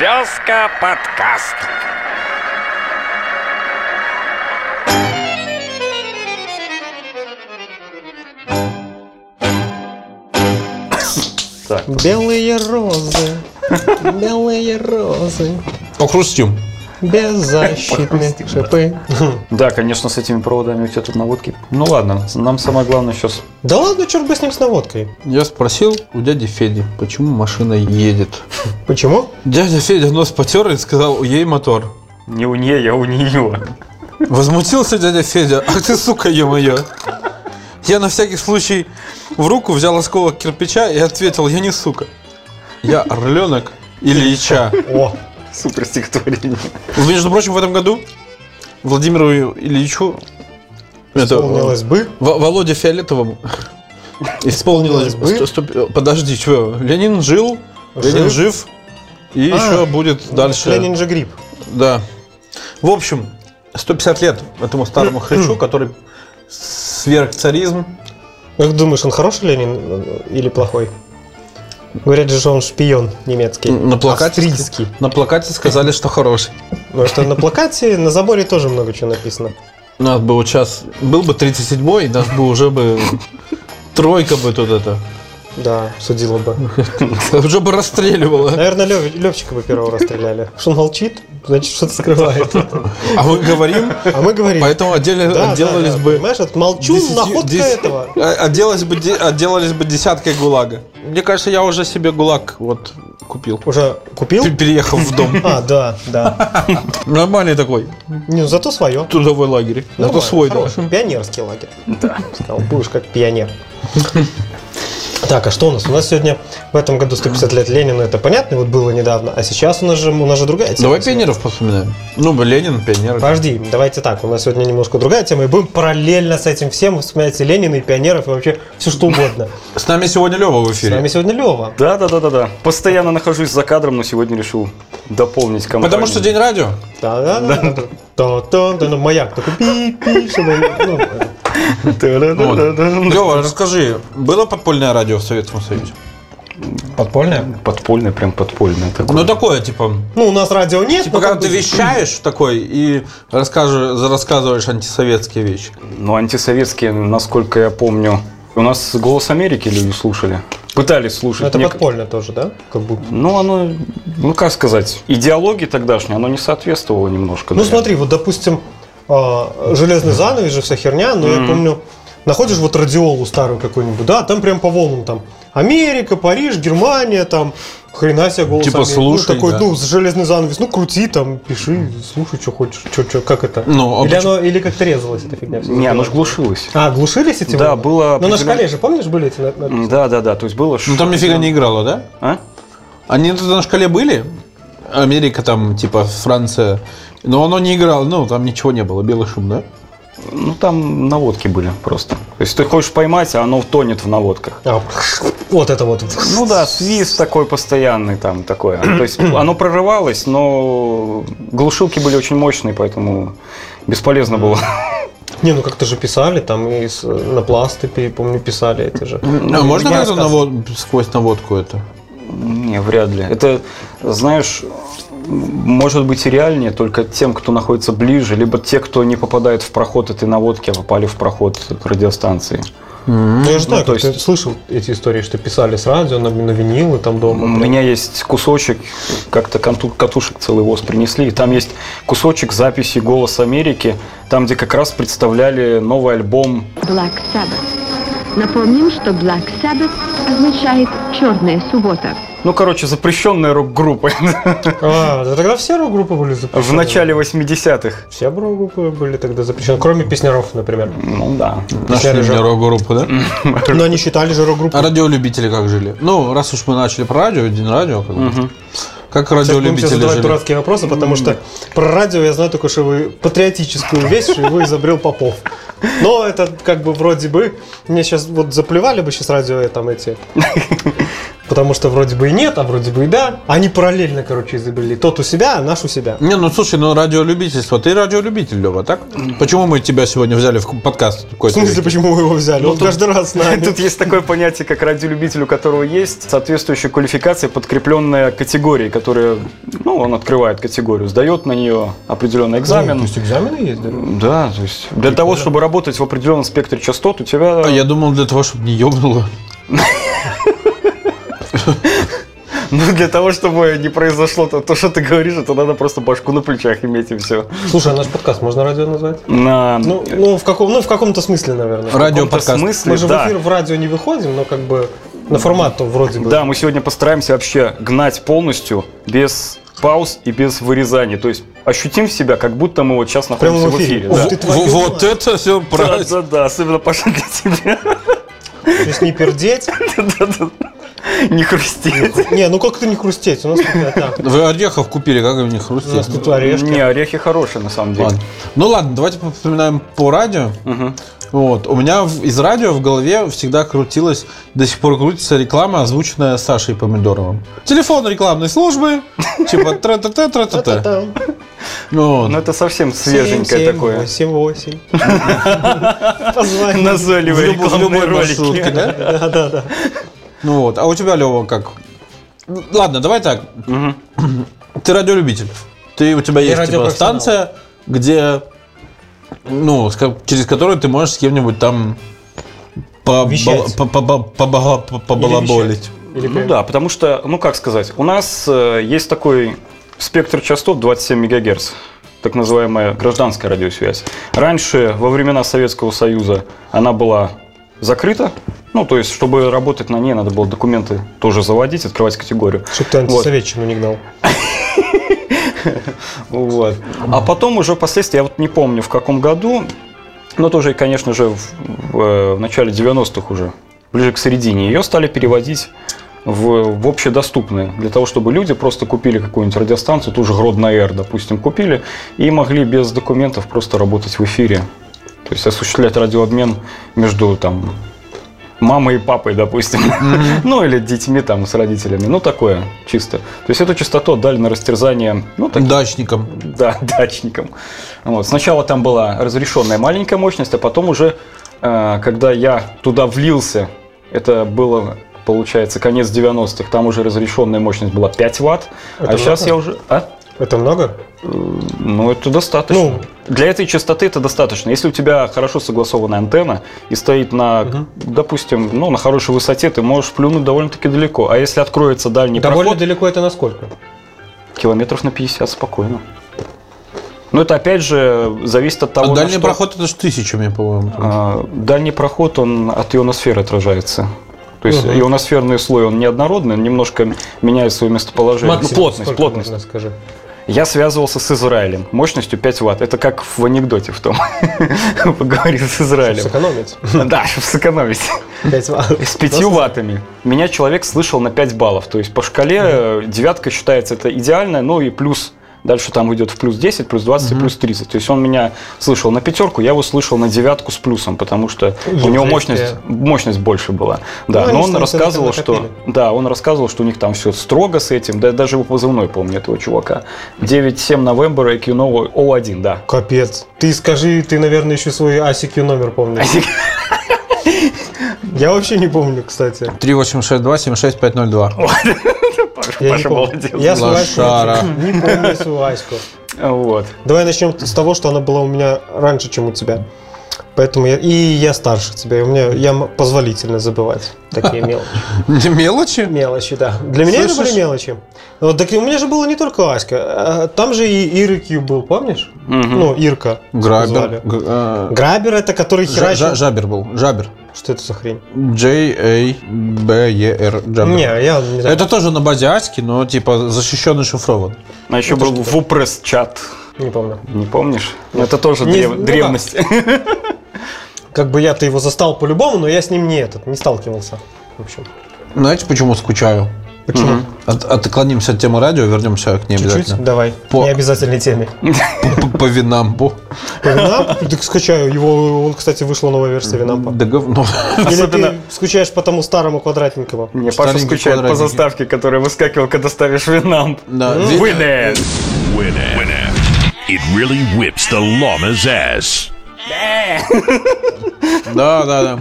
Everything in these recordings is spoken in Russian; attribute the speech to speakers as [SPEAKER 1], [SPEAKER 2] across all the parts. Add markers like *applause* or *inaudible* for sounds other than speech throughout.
[SPEAKER 1] Березка подкаст.
[SPEAKER 2] Так.
[SPEAKER 3] Белые розы, белые розы,
[SPEAKER 4] Похрустим.
[SPEAKER 3] беззащитные шипы.
[SPEAKER 2] Да, конечно, с этими проводами у тебя тут наводки. Ну ладно, нам самое главное сейчас.
[SPEAKER 3] Да ладно, черт бы с ним с наводкой.
[SPEAKER 4] Я спросил у дяди Феди, почему машина едет.
[SPEAKER 3] Почему?
[SPEAKER 4] Дядя Федя нос потер и сказал, ей мотор.
[SPEAKER 2] Не у нее, а у нее.
[SPEAKER 4] Возмутился дядя Федя, ах ты сука, ё-моё. Я на всякий случай в руку взял осколок кирпича и ответил, я не сука. Я орленок Ильича.
[SPEAKER 3] О,
[SPEAKER 2] Супер стихотворение.
[SPEAKER 4] Между прочим, в этом году Владимиру Ильичу это,
[SPEAKER 3] вспомнилось бы.
[SPEAKER 4] Во- Володе Фиолетовому *laughs* исполнилось бы.
[SPEAKER 3] Исполнилось
[SPEAKER 4] сто- сто- Подожди, что? Ленин жил, Ленин
[SPEAKER 3] Жив.
[SPEAKER 4] жив, и
[SPEAKER 3] А,
[SPEAKER 4] еще будет дальше.
[SPEAKER 3] Ленин же гриб.
[SPEAKER 4] Да. В общем, 150 лет этому
[SPEAKER 3] *clears throat*
[SPEAKER 4] старому хрычу, который сверх царизм.
[SPEAKER 3] Как думаешь, он хороший Ленин э, или плохой? Говорят же, что он шпион немецкий.
[SPEAKER 4] На плакате,
[SPEAKER 3] Австрийский.
[SPEAKER 4] на плакате сказали, что хороший.
[SPEAKER 3] Потому что на плакате, на заборе тоже много чего написано.
[SPEAKER 4] Нас бы вот сейчас, был бы 37-й, нас бы уже бы *laughs* тройка бы тут это, *laughs*
[SPEAKER 3] Да, судило бы.
[SPEAKER 4] уже бы расстреливала.
[SPEAKER 3] Наверное, Лев, Левчика бы первого расстреляли. Что он молчит, значит, что-то скрывает.
[SPEAKER 4] А мы говорим,
[SPEAKER 3] А мы говорим...
[SPEAKER 4] поэтому отдели-
[SPEAKER 3] да, да,
[SPEAKER 4] отделались
[SPEAKER 3] да,
[SPEAKER 4] бы...
[SPEAKER 3] Понимаешь, этот молчун,
[SPEAKER 4] Десятью-
[SPEAKER 3] находка
[SPEAKER 4] дес-
[SPEAKER 3] этого.
[SPEAKER 4] А- Отделались бы, де- отделались бы десяткой ГУЛАГа. Мне кажется, я уже себе ГУЛАГ вот купил.
[SPEAKER 3] Уже купил?
[SPEAKER 4] Пе- Переехал в дом.
[SPEAKER 3] А, да, да.
[SPEAKER 4] Нормальный такой
[SPEAKER 3] Не, ну зато свое.
[SPEAKER 4] трудовой лагерь. Это
[SPEAKER 3] Нормально,
[SPEAKER 4] свой дом.
[SPEAKER 3] хороший, Пионерский лагерь. Да. Сказал, будешь как пионер. Так, а что у нас? У нас сегодня в этом году 150 лет Ленина, это понятно, вот было недавно. А сейчас у нас же, у нас же другая тема.
[SPEAKER 4] Давай пионеров вспоминаем. Ну, бы Ленин, пионер.
[SPEAKER 3] Подожди, давайте так, у нас сегодня немножко другая тема, и будем параллельно с этим всем вспоминать и Ленина, и пионеров, и вообще все что угодно.
[SPEAKER 4] С нами сегодня Лева в
[SPEAKER 3] С нами
[SPEAKER 4] эфире.
[SPEAKER 3] сегодня Лева.
[SPEAKER 2] Да, да, да, да, да. Постоянно нахожусь за кадром, но сегодня решил дополнить компанию.
[SPEAKER 4] Потому что день радио.
[SPEAKER 3] Да, да, да. Да, да, да, ну маяк такой пи-пи, чтобы... ну, это.
[SPEAKER 4] Лева, расскажи, было подпольное радио в Советском Союзе? Подпольное?
[SPEAKER 2] Подпольное, прям подпольное такое.
[SPEAKER 4] Ну, такое, типа,
[SPEAKER 3] Ну, у нас радио нет.
[SPEAKER 4] типа,
[SPEAKER 3] но
[SPEAKER 4] когда
[SPEAKER 3] как
[SPEAKER 4] ты
[SPEAKER 3] бы-
[SPEAKER 4] вещаешь такой и расскажешь, рассказываешь антисоветские вещи.
[SPEAKER 2] Ну, антисоветские, насколько я помню. У нас «Голос Америки» люди слушали. Пытались
[SPEAKER 3] Ну,
[SPEAKER 2] слушать.
[SPEAKER 3] Это
[SPEAKER 2] Нек-
[SPEAKER 3] подпольно тоже, да? Как будто.
[SPEAKER 2] Ну, оно, ну как сказать, идеологии тогдашней, оно не соответствовало немножко.
[SPEAKER 3] Ну
[SPEAKER 2] наверное.
[SPEAKER 3] смотри, вот допустим, а, железный занавес же вся херня, но я помню, находишь вот радиолу старую какую-нибудь, да, там прям по волнам там Америка, Париж, Германия, там хрена себе голос.
[SPEAKER 4] Типа,
[SPEAKER 3] Америки.
[SPEAKER 4] слушай,
[SPEAKER 3] ну, такой,
[SPEAKER 4] да.
[SPEAKER 3] ну, железный занавес, ну крути там, пиши, слушай, что хочешь, что, что, как это.
[SPEAKER 4] Ну, а
[SPEAKER 3] или,
[SPEAKER 4] почему-
[SPEAKER 3] оно, или как-то резалась эта фигня. всё
[SPEAKER 2] Не, оно ж
[SPEAKER 3] запилась.
[SPEAKER 2] глушилось.
[SPEAKER 3] А, глушились эти?
[SPEAKER 2] Да,
[SPEAKER 3] волны?
[SPEAKER 2] было
[SPEAKER 3] Ну, на
[SPEAKER 2] определен-
[SPEAKER 3] шкале же, помнишь, были эти? на- на-
[SPEAKER 2] М, Да, да, да, то есть было...
[SPEAKER 4] Ну, там нифига не играло, да?
[SPEAKER 2] А?
[SPEAKER 4] Они тут на шкале были? Америка там, типа, Франция. Но оно не играло, ну, там ничего не было, белый шум, да?
[SPEAKER 2] Ну, там наводки были просто. То есть ты хочешь поймать, а оно тонет в наводках.
[SPEAKER 3] А, вот это вот.
[SPEAKER 2] Ну да, свист такой постоянный там такое. То *clears throat* есть оно прорывалось, но глушилки были очень мощные, поэтому бесполезно было.
[SPEAKER 3] Не, ну как-то же писали, там и с- на пласты, пе- помню, писали эти же.
[SPEAKER 4] А
[SPEAKER 2] Ну,
[SPEAKER 4] можно
[SPEAKER 3] меня
[SPEAKER 4] как-то
[SPEAKER 3] Ну, сказ-
[SPEAKER 4] навод- сквозь наводку это?
[SPEAKER 2] Не, вряд ли. Ну, Это, знаешь, может быть и реальнее только тем, кто находится ближе, либо те, кто не попадает в проход этой наводки, а попали в проход к радиостанции.
[SPEAKER 3] Ну, я же знаю,
[SPEAKER 2] то
[SPEAKER 3] как ты слышал эти истории, что писали с радио на, на винилы там
[SPEAKER 2] У
[SPEAKER 3] дома.
[SPEAKER 2] меня есть кусочек, как-то конту- катушек целый воз принесли, и там есть кусочек записи «Голос Америки», там, где как раз представляли новый альбом
[SPEAKER 5] Black Sabbath. Напомним, что Black Sabbath означает «черная суббота».
[SPEAKER 2] Ну, короче, запрещенная рок-группа *laughs*
[SPEAKER 3] А, да тогда все рок-группы были запрещены.
[SPEAKER 2] в начале 80-х.
[SPEAKER 3] Все рок-группы были тогда запрещены, кроме песняров,
[SPEAKER 2] *laughs*
[SPEAKER 3] например.
[SPEAKER 2] Ну да.
[SPEAKER 4] Нашли
[SPEAKER 3] Сережа.
[SPEAKER 4] мне рок-группу, да?
[SPEAKER 3] Но они считали же
[SPEAKER 4] А
[SPEAKER 3] рок-группу.
[SPEAKER 4] радиолюбители как жили? Ну, раз уж мы начали про радио, день радио, как, бы.
[SPEAKER 3] Сейчас
[SPEAKER 4] как
[SPEAKER 3] будем тебе
[SPEAKER 4] радиолюбители
[SPEAKER 3] задавать
[SPEAKER 4] жили?
[SPEAKER 3] дурацкие вопросы, потому что про радио я знаю только, что вы патриотическую вещь, что его изобрел Попов. Но это как бы вроде бы... Мне сейчас вот заплевали бы сейчас радио и там эти Потому что вроде бы и нет, а вроде бы и да. Они параллельно, короче, изобрели. Тот у себя, а наш у себя.
[SPEAKER 4] Не, ну слушай, ну радиолюбительство. Ты радиолюбитель, Лева, так? Почему мы тебя сегодня взяли в подкаст?
[SPEAKER 3] В смысле, почему вы его взяли? Он каждый раз с нами.
[SPEAKER 2] Тут есть такое понятие, как радиолюбитель, у которого есть соответствующая квалификация, подкрепленная категорией, которая, ну, он открывает категорию, сдает на нее определенный экзамен.
[SPEAKER 3] Ну, То есть экзамены есть, да?
[SPEAKER 2] Да, то есть для того, чтобы работать в определенном спектре частот, у тебя...
[SPEAKER 4] А Я думал, для того, чтобы не ёбнуло.
[SPEAKER 2] Ну, для того, чтобы не произошло то, то, что ты говоришь, это надо просто башку на плечах иметь и все.
[SPEAKER 3] Слушай, а наш подкаст можно радио назвать?
[SPEAKER 2] На...
[SPEAKER 3] Ну, ну, в каком, ну, в каком-то смысле, наверное.
[SPEAKER 4] Радиоподкаст.
[SPEAKER 2] смысле,
[SPEAKER 3] Мы же
[SPEAKER 2] да.
[SPEAKER 3] в эфир в радио не выходим, но как бы на формат-то вроде бы.
[SPEAKER 2] Да, мы сегодня постараемся вообще гнать полностью без пауз и без вырезаний. То есть ощутим себя, как будто мы вот сейчас
[SPEAKER 3] Прямо
[SPEAKER 2] находимся
[SPEAKER 3] в эфире.
[SPEAKER 2] да.
[SPEAKER 3] Ух ты, твою
[SPEAKER 4] В- Вот
[SPEAKER 3] мать.
[SPEAKER 4] это все
[SPEAKER 2] Да,
[SPEAKER 4] правильно.
[SPEAKER 2] да, да, особенно Паша для тебя. *laughs*
[SPEAKER 3] То есть не пердеть.
[SPEAKER 2] Да-да-да. Не хрустеть.
[SPEAKER 3] Не, ну как это не хрустеть? У нас такая, да.
[SPEAKER 4] Вы орехов купили, как они
[SPEAKER 3] У нас
[SPEAKER 4] хрустят.
[SPEAKER 3] тут орешки.
[SPEAKER 2] Не, орехи хорошие на самом деле.
[SPEAKER 4] Ладно. Ну ладно, давайте вспоминаем по радио.
[SPEAKER 2] Мгм.
[SPEAKER 4] Вот. У меня в- из радио в голове всегда крутилась, до сих пор крутится реклама, озвученная Сашей Помидоровым. Телефон рекламной службы, типа тра та та тра та та
[SPEAKER 3] Та-та-там.
[SPEAKER 2] Ну это совсем свеженькое такое.
[SPEAKER 3] 7, 8. Позвони.
[SPEAKER 2] *laughs* Назойливые рекламные
[SPEAKER 4] маршрутке,
[SPEAKER 2] ролики.
[SPEAKER 4] да?
[SPEAKER 3] Да, да, да.
[SPEAKER 4] Ну вот. А у тебя, Лева, как? Ну, Ладно, давай так.
[SPEAKER 2] Мгм.
[SPEAKER 4] *clears throat* Ты радиолюбитель. Ты, у тебя есть типа,
[SPEAKER 3] радиопрофессионал.
[SPEAKER 4] станция, где, ну, с ко- через которую ты можешь с кем-нибудь там побала-
[SPEAKER 3] Вещать.
[SPEAKER 4] по- по- по- побала- по- побалаболить.
[SPEAKER 3] Или
[SPEAKER 2] Ну
[SPEAKER 3] прям-
[SPEAKER 2] да, потому что, ну как сказать, у нас э, есть такой спектр частот 27 МГц, так называемая гражданская радиосвязь. Раньше, во времена Советского Союза, она была закрыта, ну то есть, чтобы работать на ней, надо было документы тоже заводить, открывать категорию.
[SPEAKER 3] Чтоб ты антисоветчину не гнал.
[SPEAKER 2] Вот. А потом уже впоследствии, я вот не помню в каком году, но тоже, конечно же, в, в, э, в начале 90-х уже, ближе к середине, ее стали переводить в, в общедоступные, для того, чтобы люди просто купили какую-нибудь радиостанцию, ту же Гродно Р, допустим, купили, и могли без документов просто работать в эфире. То есть осуществлять радиообмен между там мамой и папой, допустим. *laughs* Ну, или детьми там с родителями. Ну, такое чисто. То есть эту частоту отдали на растерзание, ну, таким
[SPEAKER 4] Дачником.
[SPEAKER 2] *laughs* да, дачником. Вот. Сначала там была разрешенная маленькая мощность, а потом уже, э, когда я туда влился, это было, получается, конец 90-х, там уже разрешенная мощность была 5 ватт,
[SPEAKER 3] Это
[SPEAKER 2] а сейчас
[SPEAKER 3] много?
[SPEAKER 2] я уже... А?
[SPEAKER 3] Это много?
[SPEAKER 2] Ну, это достаточно.
[SPEAKER 3] Ну.
[SPEAKER 2] Для этой частоты это достаточно. Если у тебя хорошо согласованная антенна и стоит на, допустим, ну, на хорошей высоте, ты можешь плюнуть довольно-таки далеко. А если откроется дальний
[SPEAKER 3] Довольно
[SPEAKER 2] проход,
[SPEAKER 3] далеко это насколько?
[SPEAKER 2] километров на 50 спокойно. Но это, опять же, зависит от того,
[SPEAKER 4] А
[SPEAKER 2] на
[SPEAKER 4] дальний
[SPEAKER 2] что-
[SPEAKER 4] проход это же тысячами, по-моему. там.
[SPEAKER 2] А, Дальний проход, он от ионосферы отражается. То есть
[SPEAKER 3] Мгм.
[SPEAKER 2] ионосферный слой, он неоднородный, он немножко меняет свое местоположение. Ну,
[SPEAKER 3] Максимум
[SPEAKER 2] плотность,
[SPEAKER 3] сколько
[SPEAKER 2] плотность.
[SPEAKER 3] можно, скажи.
[SPEAKER 2] Я связывался с Израилем мощностью 5 ватт. Это как в анекдоте в том. *laughs* Поговорил с
[SPEAKER 3] Чтобы
[SPEAKER 2] Израилем.
[SPEAKER 3] сэкономить.
[SPEAKER 2] *laughs* Да, чтобы сэкономить.
[SPEAKER 3] Пять ватт.
[SPEAKER 2] С 5 ваттами. Меня человек слышал на 5 баллов. То есть по шкале э, девятка считается это идеальная, ну и плюс Дальше там идет в плюс 10, плюс 20 и плюс 30. То есть он меня слышал на пятерку, я его слышал на девятку с плюсом, потому что у
[SPEAKER 3] Еврейская.
[SPEAKER 2] него мощность, мощность больше была. Да,
[SPEAKER 3] Ну, они
[SPEAKER 2] но
[SPEAKER 3] же
[SPEAKER 2] он
[SPEAKER 3] там всё
[SPEAKER 2] рассказывал,
[SPEAKER 3] накопили.
[SPEAKER 2] что да, он рассказывал, что у них там все строго с этим. Да, даже его позывной помню этого чувака. 9-7 November IQ Novo O1, да.
[SPEAKER 3] Капец. Ты скажи, ты, наверное, еще свой ASIQ номер помнишь. Я вообще не помню, кстати.
[SPEAKER 4] 386276502.
[SPEAKER 3] Я не
[SPEAKER 2] Паша
[SPEAKER 3] помню.
[SPEAKER 2] молодец.
[SPEAKER 3] Я свою Аську
[SPEAKER 4] Лошара.
[SPEAKER 3] не помню свою Аську.
[SPEAKER 2] Вот.
[SPEAKER 3] Давай начнем с того, что она была у меня раньше, чем у тебя. Поэтому я, и я старше тебя, и у меня я м- позволительно забывать
[SPEAKER 4] *laughs*
[SPEAKER 3] такие мелочи.
[SPEAKER 4] Не
[SPEAKER 3] *laughs*
[SPEAKER 4] мелочи?
[SPEAKER 3] Мелочи, да. Для меня это
[SPEAKER 4] Слышишь?
[SPEAKER 3] были мелочи. Вот, так и у меня же было не только Аська, а там же и Иркью был, помнишь? Ну, Ирка.
[SPEAKER 4] Грабер.
[SPEAKER 3] звали.
[SPEAKER 4] Г- э,
[SPEAKER 3] Грабер это который
[SPEAKER 4] Жа-
[SPEAKER 3] херачил.
[SPEAKER 4] Жа- Жабер был. Жабер.
[SPEAKER 3] Что это за хрень?
[SPEAKER 4] J-A-B-E-R. Жабер.
[SPEAKER 3] Не, я не знаю.
[SPEAKER 4] Это тоже на базе Аськи, но типа защищенный шифрован.
[SPEAKER 2] А еще был Вупресс чат.
[SPEAKER 3] Не помню.
[SPEAKER 2] Не помнишь? Это тоже
[SPEAKER 3] Не-
[SPEAKER 2] древ-
[SPEAKER 3] ну да.
[SPEAKER 2] древность.
[SPEAKER 3] Как бы я-то его застал по-любому, но я с ним не этот, не сталкивался. В общем.
[SPEAKER 4] Знаете, почему скучаю?
[SPEAKER 3] Почему?
[SPEAKER 4] От- отклонимся от темы радио, вернемся к ней
[SPEAKER 3] Чуть-чуть?
[SPEAKER 4] обязательно.
[SPEAKER 3] Давай.
[SPEAKER 4] По-
[SPEAKER 3] Необязательной теме.
[SPEAKER 4] П- По Винампу.
[SPEAKER 3] Винамп, так скачаю. Его, он, кстати, вышла новая версия Винампа.
[SPEAKER 4] Да говно.
[SPEAKER 3] Или ты
[SPEAKER 2] Особенно-
[SPEAKER 3] скучаешь по тому старому квадратненькому?
[SPEAKER 2] Мне Паша
[SPEAKER 4] Старенький
[SPEAKER 2] скучает по
[SPEAKER 4] квадратик.
[SPEAKER 2] заставке, которая выскакивал, когда ставишь винамп.
[SPEAKER 4] Да, ви-
[SPEAKER 2] Winamp.
[SPEAKER 1] Winamp. It really whips the llama's ass.
[SPEAKER 4] Да, да, да.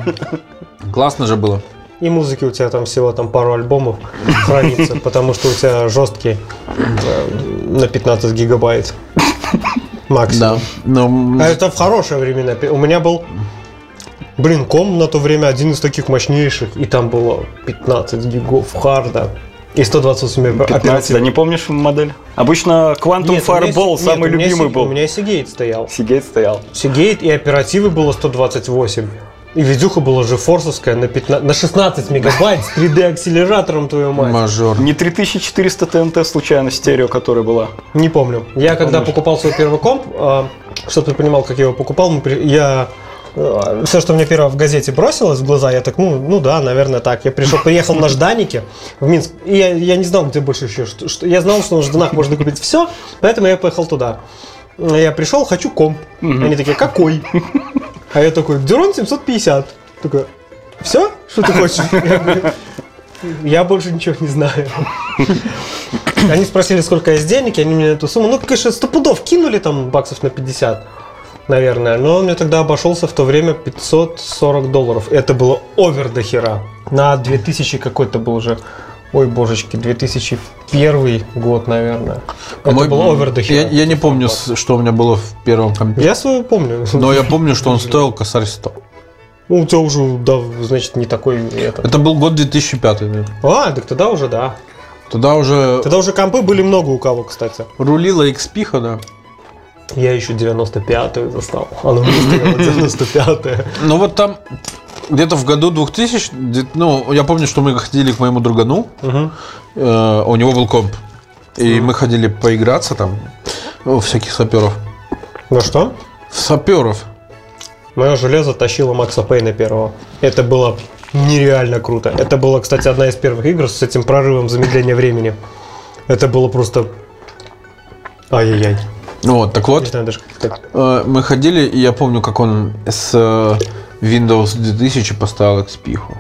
[SPEAKER 4] Классно же было.
[SPEAKER 3] И музыки у тебя там всего там пару альбомов хранится, потому что у тебя жесткий э, на 15 гигабайт максимум.
[SPEAKER 4] Да. Ну,
[SPEAKER 3] А это в хорошие времена. Пе- У меня был Блин, ком на то время один из таких мощнейших, и там было 15 гигов харда и 128
[SPEAKER 2] 15, да
[SPEAKER 3] оперативных.
[SPEAKER 2] не помнишь модель? Обычно Quantum
[SPEAKER 3] Нет, у меня Си-
[SPEAKER 2] Fireball
[SPEAKER 3] нет,
[SPEAKER 2] самый
[SPEAKER 3] у меня
[SPEAKER 2] любимый
[SPEAKER 3] Си-
[SPEAKER 2] был.
[SPEAKER 3] У меня Сигейт стоял.
[SPEAKER 2] Сигейт стоял.
[SPEAKER 3] Сигейт и оперативы было 128. И видюха была же форсовская на, 15 на 16 мегабайт с 3D-акселератором, твою мать.
[SPEAKER 4] мажор.
[SPEAKER 2] Не 3400 ТНТ случайно стерео, которая была.
[SPEAKER 3] Не помню. Я когда покупал свой первый комп, что-то понимал, как я его покупал, мы при- я все, что мне первое в газете бросилось в глаза, я так, ну, ну да, наверное, так. Я пришел, приехал на Жданике в Минск, и я, я не знал, где больше еще. Что, что- я знал, что на Жданах можно купить все, поэтому я поехал туда. Я пришел, хочу комп. Они такие, какой? А я такой, Дюрон 750. Такой, все? Что ты хочешь? Я говорю, я больше ничего не знаю. Они спросили, сколько есть денег, и они мне эту сумму, ну, конечно, стопудов кинули там баксов на 50, наверное. Но он мне тогда обошелся в то время 540 долларов. Это было овер до хера. На 2000 какой-то был уже, ой, божечки, 2001 год, наверное. Это
[SPEAKER 4] Мой-
[SPEAKER 3] было овер до
[SPEAKER 4] я,
[SPEAKER 3] хера.
[SPEAKER 4] я не помню, с- что у меня было в первом компе.
[SPEAKER 3] Я свою помню.
[SPEAKER 4] Но я помню, что он стоил косарь 100.
[SPEAKER 3] Ну, у тебя уже, да, значит, не такой это.
[SPEAKER 4] Это был год 2005. да.
[SPEAKER 3] А, так тогда уже, да.
[SPEAKER 4] Тогда уже
[SPEAKER 3] Тогда уже компы были много у кого, кстати.
[SPEAKER 4] рулила XP, да.
[SPEAKER 3] Я еще 95-ю застал. Она у *laughs* меня стояла 95-я.
[SPEAKER 4] Ну вот там где-то в году 2000, где- ну, я помню, что мы ходили к моему другану, э, у него был комп. И мы ходили поиграться там, у всяких саперов.
[SPEAKER 3] Ну что?
[SPEAKER 4] В саперов.
[SPEAKER 3] Мое железо тащило Макса Пейна первого. Это было нереально круто. Это было, кстати, одна из первых игр с этим прорывом замедления времени. Это было просто... Ай-яй-яй.
[SPEAKER 4] Вот, так
[SPEAKER 3] Не
[SPEAKER 4] вот,
[SPEAKER 3] знаю даже, как это-
[SPEAKER 4] э, мы ходили, и я помню, как он с э, Windows 2000 поставил XP. -ху.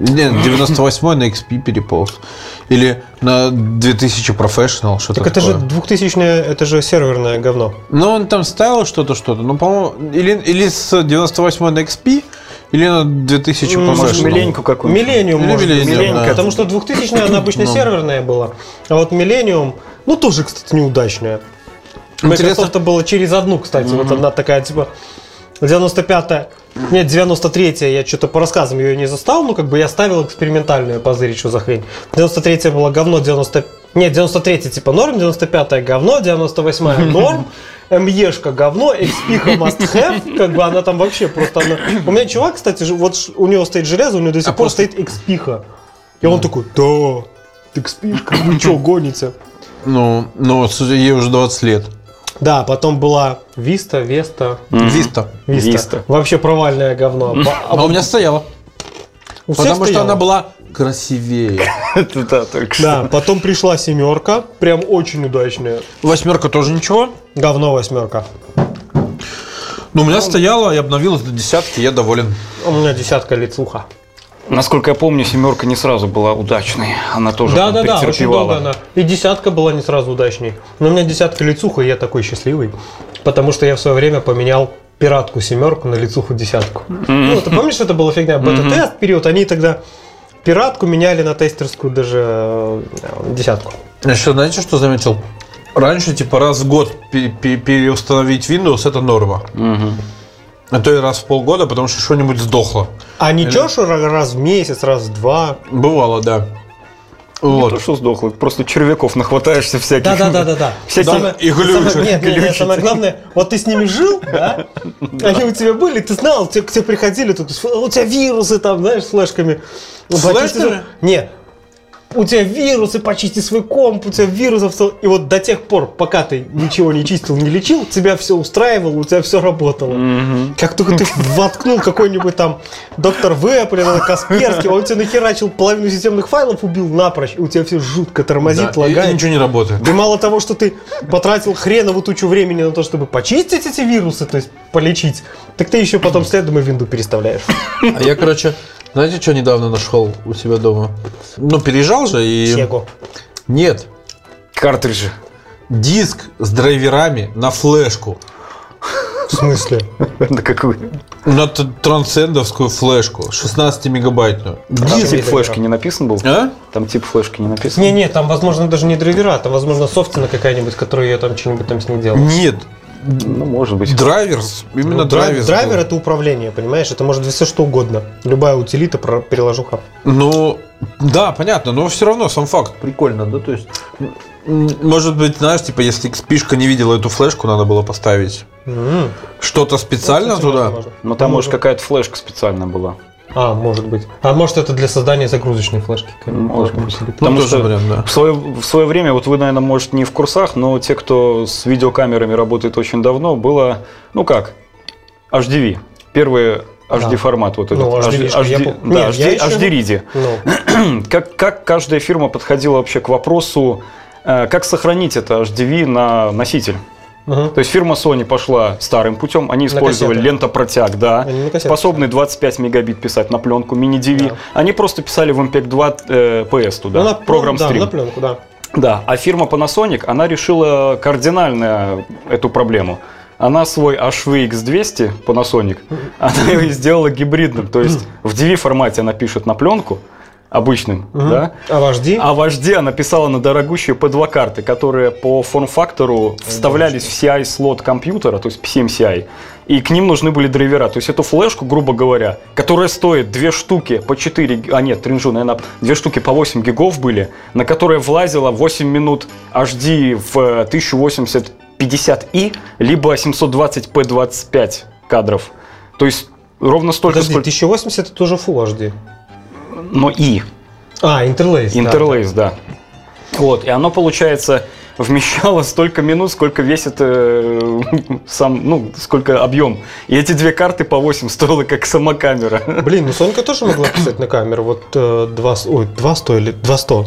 [SPEAKER 4] Нет, 98 на XP переполз. Или на 2000 Professional, что-то
[SPEAKER 3] Так это
[SPEAKER 4] такое.
[SPEAKER 3] же 2000 это же серверное говно.
[SPEAKER 4] Ну, он там ставил что-то, что-то. Ну, по-моему, или, или с 98 на XP, или на 2000
[SPEAKER 3] М,
[SPEAKER 2] Может,
[SPEAKER 4] Professional.
[SPEAKER 2] миленьку какую-нибудь?
[SPEAKER 3] Миллениум,
[SPEAKER 4] Или
[SPEAKER 3] может быть,
[SPEAKER 4] Millennium,
[SPEAKER 3] Millennium,
[SPEAKER 4] да.
[SPEAKER 3] Потому что 2000 она обычно серверная была. А вот Millennium, ну тоже, кстати, неудачная.
[SPEAKER 4] Интересно.
[SPEAKER 3] Microsoft было через одну, кстати. Вот одна такая, типа, 95-я. Нет, 93-я, я что-то по рассказам ее не застал, ну как бы я ставил экспериментальную позырить, что за хрень. 93-я была говно, 90... Нет, 93-я типа норм, 95-я говно, *laughs* 98-я норм, МЕшка говно, XP must have, как бы она там вообще просто... она- У меня чувак, кстати, же, вот ж- у него стоит железо, у него до сих пор стоит XP. И он такой, А да, XP, вы что, гоните?
[SPEAKER 4] Ну, но с- ей уже 20 лет.
[SPEAKER 3] Да, потом была Виста, Веста,
[SPEAKER 4] Виста.
[SPEAKER 3] Виста.
[SPEAKER 2] Vista.
[SPEAKER 3] Вообще провальное говно. А
[SPEAKER 4] А у меня стояла.
[SPEAKER 3] у всех
[SPEAKER 4] Ну, Потому что
[SPEAKER 3] стояло?
[SPEAKER 4] она была красивее.
[SPEAKER 2] *laughs* Это да, только
[SPEAKER 3] Да,
[SPEAKER 2] что.
[SPEAKER 3] потом пришла семерка, прям очень удачная.
[SPEAKER 4] Восьмерка тоже ничего.
[SPEAKER 3] Говно восьмерка.
[SPEAKER 4] Но
[SPEAKER 3] Ну.
[SPEAKER 4] у меня стояла и обновилась до десятки, я доволен.
[SPEAKER 3] У меня десятка лицуха.
[SPEAKER 2] Насколько я помню, семерка не сразу была удачной. Она тоже
[SPEAKER 3] Да,
[SPEAKER 2] там
[SPEAKER 3] да, да, очень долго
[SPEAKER 2] претерпевала.
[SPEAKER 3] она. И десятка была не сразу удачней. Но у меня десятка лицуха, и я такой счастливый. Потому что я в свое время поменял пиратку семерку на лицуху десятку. Ну, ты помнишь, это была фигня? Бета-тест период, они тогда пиратку меняли на тестерскую даже э, десятку.
[SPEAKER 4] Еще знаете, что заметил? Раньше, типа, раз в год пере- пере- переустановить Windows – это норма. А то и раз в полгода, потому что что-нибудь сдохло.
[SPEAKER 3] А
[SPEAKER 4] Э.
[SPEAKER 3] ничего, что ра- раз в месяц, раз в два.
[SPEAKER 4] Бывало, да.
[SPEAKER 2] Не
[SPEAKER 4] Вот.
[SPEAKER 2] то, ну что сдохла, просто червяков нахватаешься всяких.
[SPEAKER 3] Да, да, да, да, да.
[SPEAKER 2] *laughs* Всяких
[SPEAKER 4] и глючит,
[SPEAKER 3] самое, нет, нет, нет,
[SPEAKER 2] глючит.
[SPEAKER 3] самое главное, вот ты с ними жил, да? Они у тебя были, ты знал, те- к тебе приходили, тут у тебя вирусы там, знаешь, с флешками.
[SPEAKER 4] С
[SPEAKER 3] Платить
[SPEAKER 4] флешками?
[SPEAKER 3] за- Не. у тебя вирусы, почисти свой комп, у тебя вирусов. цел- И вот до тех пор, пока ты ничего не чистил, не лечил, тебя все устраивало, у тебя все работало. Как только ты воткнул какой-нибудь там доктор В, блин, это Касперский, он тебе нахерачил половину системных файлов, убил напрочь, и у тебя все жутко тормозит,
[SPEAKER 4] Да, и- и
[SPEAKER 3] лагает.
[SPEAKER 4] ничего не работает.
[SPEAKER 3] И мало того, что ты потратил хренову тучу времени на то, чтобы почистить эти вирусы, то есть полечить, так ты еще потом следом и винду переставляешь.
[SPEAKER 4] А я, короче, знаете, что недавно нашел у себя дома? Ну, переезжал же и...
[SPEAKER 3] Чего?
[SPEAKER 4] Нет,
[SPEAKER 2] Картриджи.
[SPEAKER 4] диск с драйверами на флешку.
[SPEAKER 3] В смысле?
[SPEAKER 2] *laughs* Да какую?
[SPEAKER 4] На т- трансцендовскую флешку, 16-мегабайтную.
[SPEAKER 2] Там тип
[SPEAKER 3] Диск.
[SPEAKER 2] флешки не написан был?
[SPEAKER 4] А?
[SPEAKER 2] Там тип флешки не написан?
[SPEAKER 3] Не-не, там, возможно, даже не драйвера, там, возможно, софтина какая-нибудь, которую я там что-нибудь там с ней делал.
[SPEAKER 4] Нет,
[SPEAKER 2] Ну, может быть.
[SPEAKER 4] драйвер,
[SPEAKER 3] Ну,
[SPEAKER 4] именно драйвер.
[SPEAKER 3] драйвер это управление, понимаешь? Это может быть все что угодно. Любая утилита, про- переложуха.
[SPEAKER 4] Ну, да, понятно, но все равно сам факт прикольно, да, то есть... м, Может быть, знаешь, типа, если XP-шка не видела эту флешку, надо было поставить
[SPEAKER 3] М.
[SPEAKER 4] что-то специально
[SPEAKER 3] Кстати,
[SPEAKER 4] туда.
[SPEAKER 3] возможно.
[SPEAKER 2] Но Ну, там, может, какая-то флешка специально была.
[SPEAKER 3] А, может быть. А может, это для создания загрузочной флешки.
[SPEAKER 2] Может быть.
[SPEAKER 4] Ну,
[SPEAKER 2] Потому
[SPEAKER 4] тоже
[SPEAKER 2] что
[SPEAKER 4] вариант, да.
[SPEAKER 2] в свое, в свое время, вот вы, наверное, может, не в курсах, но те, кто с видеокамерами работает очень давно, было, ну как, HDV. Первый HD-формат вот этот.
[SPEAKER 3] Ну, HDV -шка, я
[SPEAKER 2] HD,
[SPEAKER 3] помню.
[SPEAKER 2] да,
[SPEAKER 3] Нет, я
[SPEAKER 2] HD,
[SPEAKER 3] еще-
[SPEAKER 2] HDRIDI.
[SPEAKER 3] Ну,
[SPEAKER 2] Хм, Как, как каждая фирма подходила вообще к вопросу, э, как сохранить это HDV на носитель?
[SPEAKER 3] мгм.
[SPEAKER 2] То есть фирма Sony пошла старым путем, они использовали
[SPEAKER 3] кассеты.
[SPEAKER 2] лентопротяг, да,
[SPEAKER 3] Они на кассетах
[SPEAKER 2] способные 25 мегабит писать на пленку, мини-DV.
[SPEAKER 3] Да.
[SPEAKER 2] Они просто писали в MPEG 2 э, PS
[SPEAKER 3] Ну,
[SPEAKER 2] туда,
[SPEAKER 3] на-
[SPEAKER 2] программ
[SPEAKER 3] да,
[SPEAKER 2] стрим.
[SPEAKER 3] на пленку, да.
[SPEAKER 2] Да, а фирма Panasonic, она решила кардинально эту проблему. Она свой HVX200 Panasonic, она его сделала гибридным. То есть в DV формате она пишет на пленку, обычным, да,
[SPEAKER 3] А вожди?
[SPEAKER 2] а вожде она писала на дорогущие P2 карты, которые по форм-фактору вставлялись в CI-слот компьютера, то есть PCMCI, и к ним нужны были драйвера. То есть эту флешку, грубо говоря, которая стоит две штуки по 4, г- а нет, тринжу, наверное, две штуки по 8 гигов были, на которые влазило 8 минут HD в э, 1080 50i, либо 720p25 кадров. То есть ровно столько,
[SPEAKER 3] Подожди,
[SPEAKER 2] сколько...
[SPEAKER 3] 1080 это тоже Full HD.
[SPEAKER 2] Но и.
[SPEAKER 3] А, интерлейс. да.
[SPEAKER 2] Интерлейс, да. Вот, и оно, получается, *laughs* вмещало столько минут, сколько весит э, *laughs* сам, ну, сколько объем. И эти две карты по 8 стоило, как сама *laughs* камера.
[SPEAKER 3] Блин, ну Сонька тоже могла писать на камеру. Вот э, два, с- ой, два сто или два сто.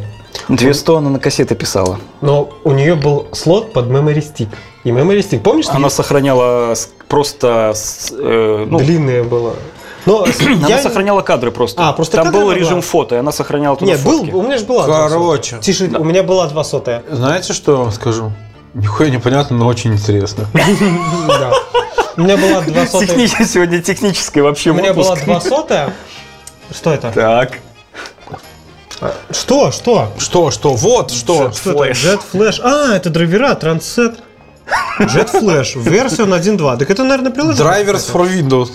[SPEAKER 2] 200 она на кассеты писала.
[SPEAKER 3] Но у нее был слот под memory stick. И memory stick, помнишь,
[SPEAKER 2] Она сохраняла с- просто... с, э, ну,
[SPEAKER 3] длинная была.
[SPEAKER 2] *clears throat*
[SPEAKER 3] Но с-
[SPEAKER 2] она
[SPEAKER 3] я-
[SPEAKER 2] сохраняла кадры просто.
[SPEAKER 3] А, просто
[SPEAKER 2] Там
[SPEAKER 3] кадры
[SPEAKER 2] был
[SPEAKER 3] могла?
[SPEAKER 2] режим фото, и она сохраняла туда
[SPEAKER 3] Нет, был,
[SPEAKER 2] фотки.
[SPEAKER 3] у
[SPEAKER 2] *laughs*
[SPEAKER 3] меня же была два
[SPEAKER 4] Короче.
[SPEAKER 3] сотая. Тише, у меня была два сотая.
[SPEAKER 4] Знаете, что я вам скажу? Нихуя непонятно, но очень интересно.
[SPEAKER 3] Да. У меня была два сотая.
[SPEAKER 2] Технически, сегодня технический вообще
[SPEAKER 3] У меня была
[SPEAKER 2] выпуск.
[SPEAKER 3] два сотая. Что это?
[SPEAKER 2] *laughs* Так.
[SPEAKER 3] Что? Что?
[SPEAKER 4] Что, что, вот, что.
[SPEAKER 3] Что это? Jet Flash. А, это драйвера, трансет. Jet Flash, версион 1.2. Так это, наверное, приложение.
[SPEAKER 4] Drivers for Windows.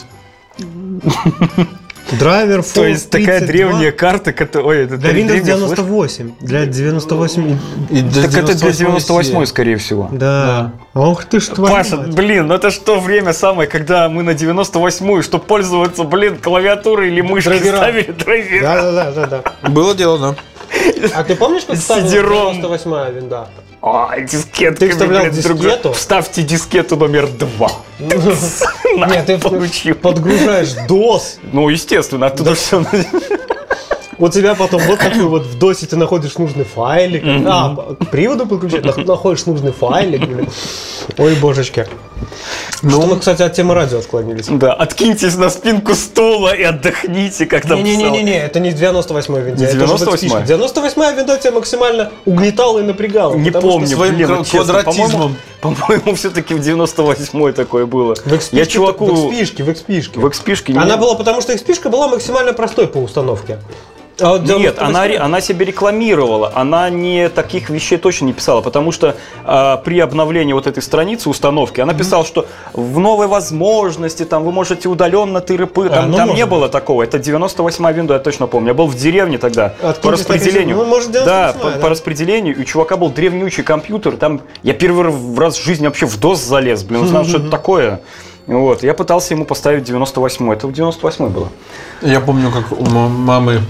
[SPEAKER 3] Драйвер
[SPEAKER 2] То есть такая древняя карта, которая... Ой, это
[SPEAKER 3] Для
[SPEAKER 2] древняя
[SPEAKER 3] Windows
[SPEAKER 2] флешка.
[SPEAKER 3] 98. Для 98.
[SPEAKER 4] И для
[SPEAKER 2] Так это для
[SPEAKER 4] 98-й.
[SPEAKER 2] 98 Ну, скорее всего.
[SPEAKER 3] Да. Ох ты ж твою
[SPEAKER 2] Паша,
[SPEAKER 3] мать.
[SPEAKER 2] блин, ну это что время самое, когда мы на 98-ю, что пользоваться, блин, клавиатурой или мышкой
[SPEAKER 4] Драйвера.
[SPEAKER 2] ставили драйвера.
[SPEAKER 3] Да, да, да, да, да.
[SPEAKER 4] Было дело, да.
[SPEAKER 3] А ты помнишь, как ставила
[SPEAKER 2] Сидером.
[SPEAKER 3] 98 винда? *laughs*
[SPEAKER 2] А, дискетка.
[SPEAKER 3] Ты вставлял
[SPEAKER 2] блин, друг-
[SPEAKER 3] дискету?
[SPEAKER 2] Вставьте дискету номер два. На,
[SPEAKER 3] Нет, ты
[SPEAKER 2] получил.
[SPEAKER 3] подгружаешь DOS.
[SPEAKER 2] Ну, естественно, оттуда все...
[SPEAKER 3] У тебя потом вот такой вот в DOS ты находишь нужный файлик. А, к приводу подключать, нах- находишь нужный файлик. блин. Ой, божечки.
[SPEAKER 2] Ну.
[SPEAKER 3] Что мы, кстати, от темы радио отклонились.
[SPEAKER 2] Да, откиньтесь на спинку стула и отдохните, как там писал.
[SPEAKER 3] Не-не-не, это не 98-й винда.
[SPEAKER 2] Не
[SPEAKER 3] это может быть
[SPEAKER 2] 98-я.
[SPEAKER 3] фишка. 98-я винда тебя максимально угнетала и напрягала.
[SPEAKER 2] Не
[SPEAKER 3] потому что
[SPEAKER 2] помню,
[SPEAKER 4] своим
[SPEAKER 2] блин,
[SPEAKER 4] квад-
[SPEAKER 2] вот честно,
[SPEAKER 4] квадратизмом.
[SPEAKER 2] По-моему, по-моему, все-таки в 98-й такое было.
[SPEAKER 3] В XP-шке,
[SPEAKER 2] Я чуваку...
[SPEAKER 3] В XP-шке, в XP-шке.
[SPEAKER 2] В XP-шке
[SPEAKER 3] Она
[SPEAKER 2] не-
[SPEAKER 3] была, потому что XP-шка была максимально простой по установке. А вот
[SPEAKER 2] Нет,
[SPEAKER 3] 98-я
[SPEAKER 2] она, ре- она себе рекламировала, она не таких вещей точно не писала, потому что а, при обновлении вот этой страницы установки она писала, что в новой возможности там вы можете удаленно тыры-пы, там,
[SPEAKER 3] ну,
[SPEAKER 2] там
[SPEAKER 3] может
[SPEAKER 2] не было такого, это 98-я Windows, я точно помню, я был в деревне тогда по
[SPEAKER 3] Откиньте
[SPEAKER 2] распределению,
[SPEAKER 3] статистику. Ну, может, 98-я,
[SPEAKER 2] да, по,
[SPEAKER 3] да.
[SPEAKER 2] по распределению, и у чувака был древнючий компьютер, там я первый раз в раз в жизни вообще в DOS залез, блин, узнал, что это такое. Вот, я пытался ему поставить 98 это в 98 было.
[SPEAKER 4] Я помню, как у ма- мамы,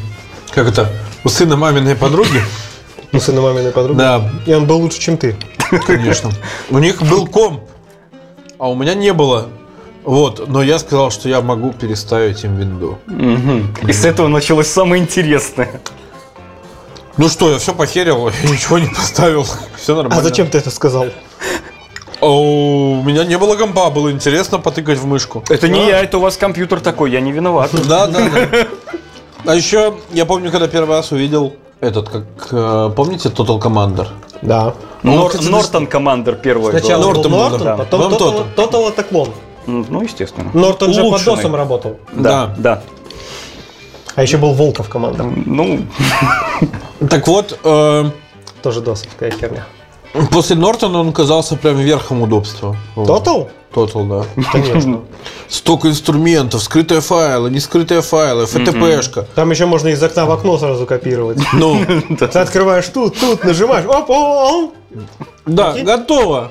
[SPEAKER 4] как это, у сына маминой
[SPEAKER 2] *laughs*
[SPEAKER 4] подруги.
[SPEAKER 3] У сына Ну, маминой подруги.
[SPEAKER 4] Да,
[SPEAKER 3] И он был лучше, чем ты.
[SPEAKER 4] Конечно. У них был комп, а у меня не было. Вот, но я сказал, что я могу переставить им винду.
[SPEAKER 2] Мгм. И с этого началось самое интересное.
[SPEAKER 4] Ну что, я все похерил, *laughs* я ничего не поставил. *laughs* Все
[SPEAKER 3] А
[SPEAKER 4] нормально.
[SPEAKER 3] зачем ты это сказал?
[SPEAKER 4] А у меня не было компа, было интересно потыкать в мышку.
[SPEAKER 2] Это не я, это у вас компьютер такой, я не виноват.
[SPEAKER 4] Да, да, да. А еще я помню, когда первый раз увидел этот, как э, помните, Total Commander.
[SPEAKER 3] Да.
[SPEAKER 4] Ну,
[SPEAKER 2] Нор-
[SPEAKER 4] кстати,
[SPEAKER 2] Нортон Командер первый
[SPEAKER 3] Сначала
[SPEAKER 2] был.
[SPEAKER 3] был
[SPEAKER 4] Нортон был,
[SPEAKER 3] Нортон,
[SPEAKER 2] да.
[SPEAKER 3] потом
[SPEAKER 4] Потом
[SPEAKER 3] Тотал Тотал это клон.
[SPEAKER 2] М, Ну, естественно.
[SPEAKER 3] Нортон же под
[SPEAKER 2] Улучшенный.
[SPEAKER 3] досом работал.
[SPEAKER 2] Да, да.
[SPEAKER 3] А еще был Волков команда.
[SPEAKER 2] Ну,
[SPEAKER 4] Так вот, э,
[SPEAKER 3] Тоже досовская херня.
[SPEAKER 4] после Нортона он казался прям верхом удобства.
[SPEAKER 3] Тотал?
[SPEAKER 4] Total, да.
[SPEAKER 3] *laughs* Конечно.
[SPEAKER 4] Столько инструментов, скрытые файлы, не скрытые файлы, ФТПшка.
[SPEAKER 3] Там еще можно из окна в окно сразу копировать.
[SPEAKER 4] Ну,
[SPEAKER 3] Ты открываешь тут, тут, нажимаешь. Оп, о, о.
[SPEAKER 4] да,
[SPEAKER 3] Окей.
[SPEAKER 4] готово.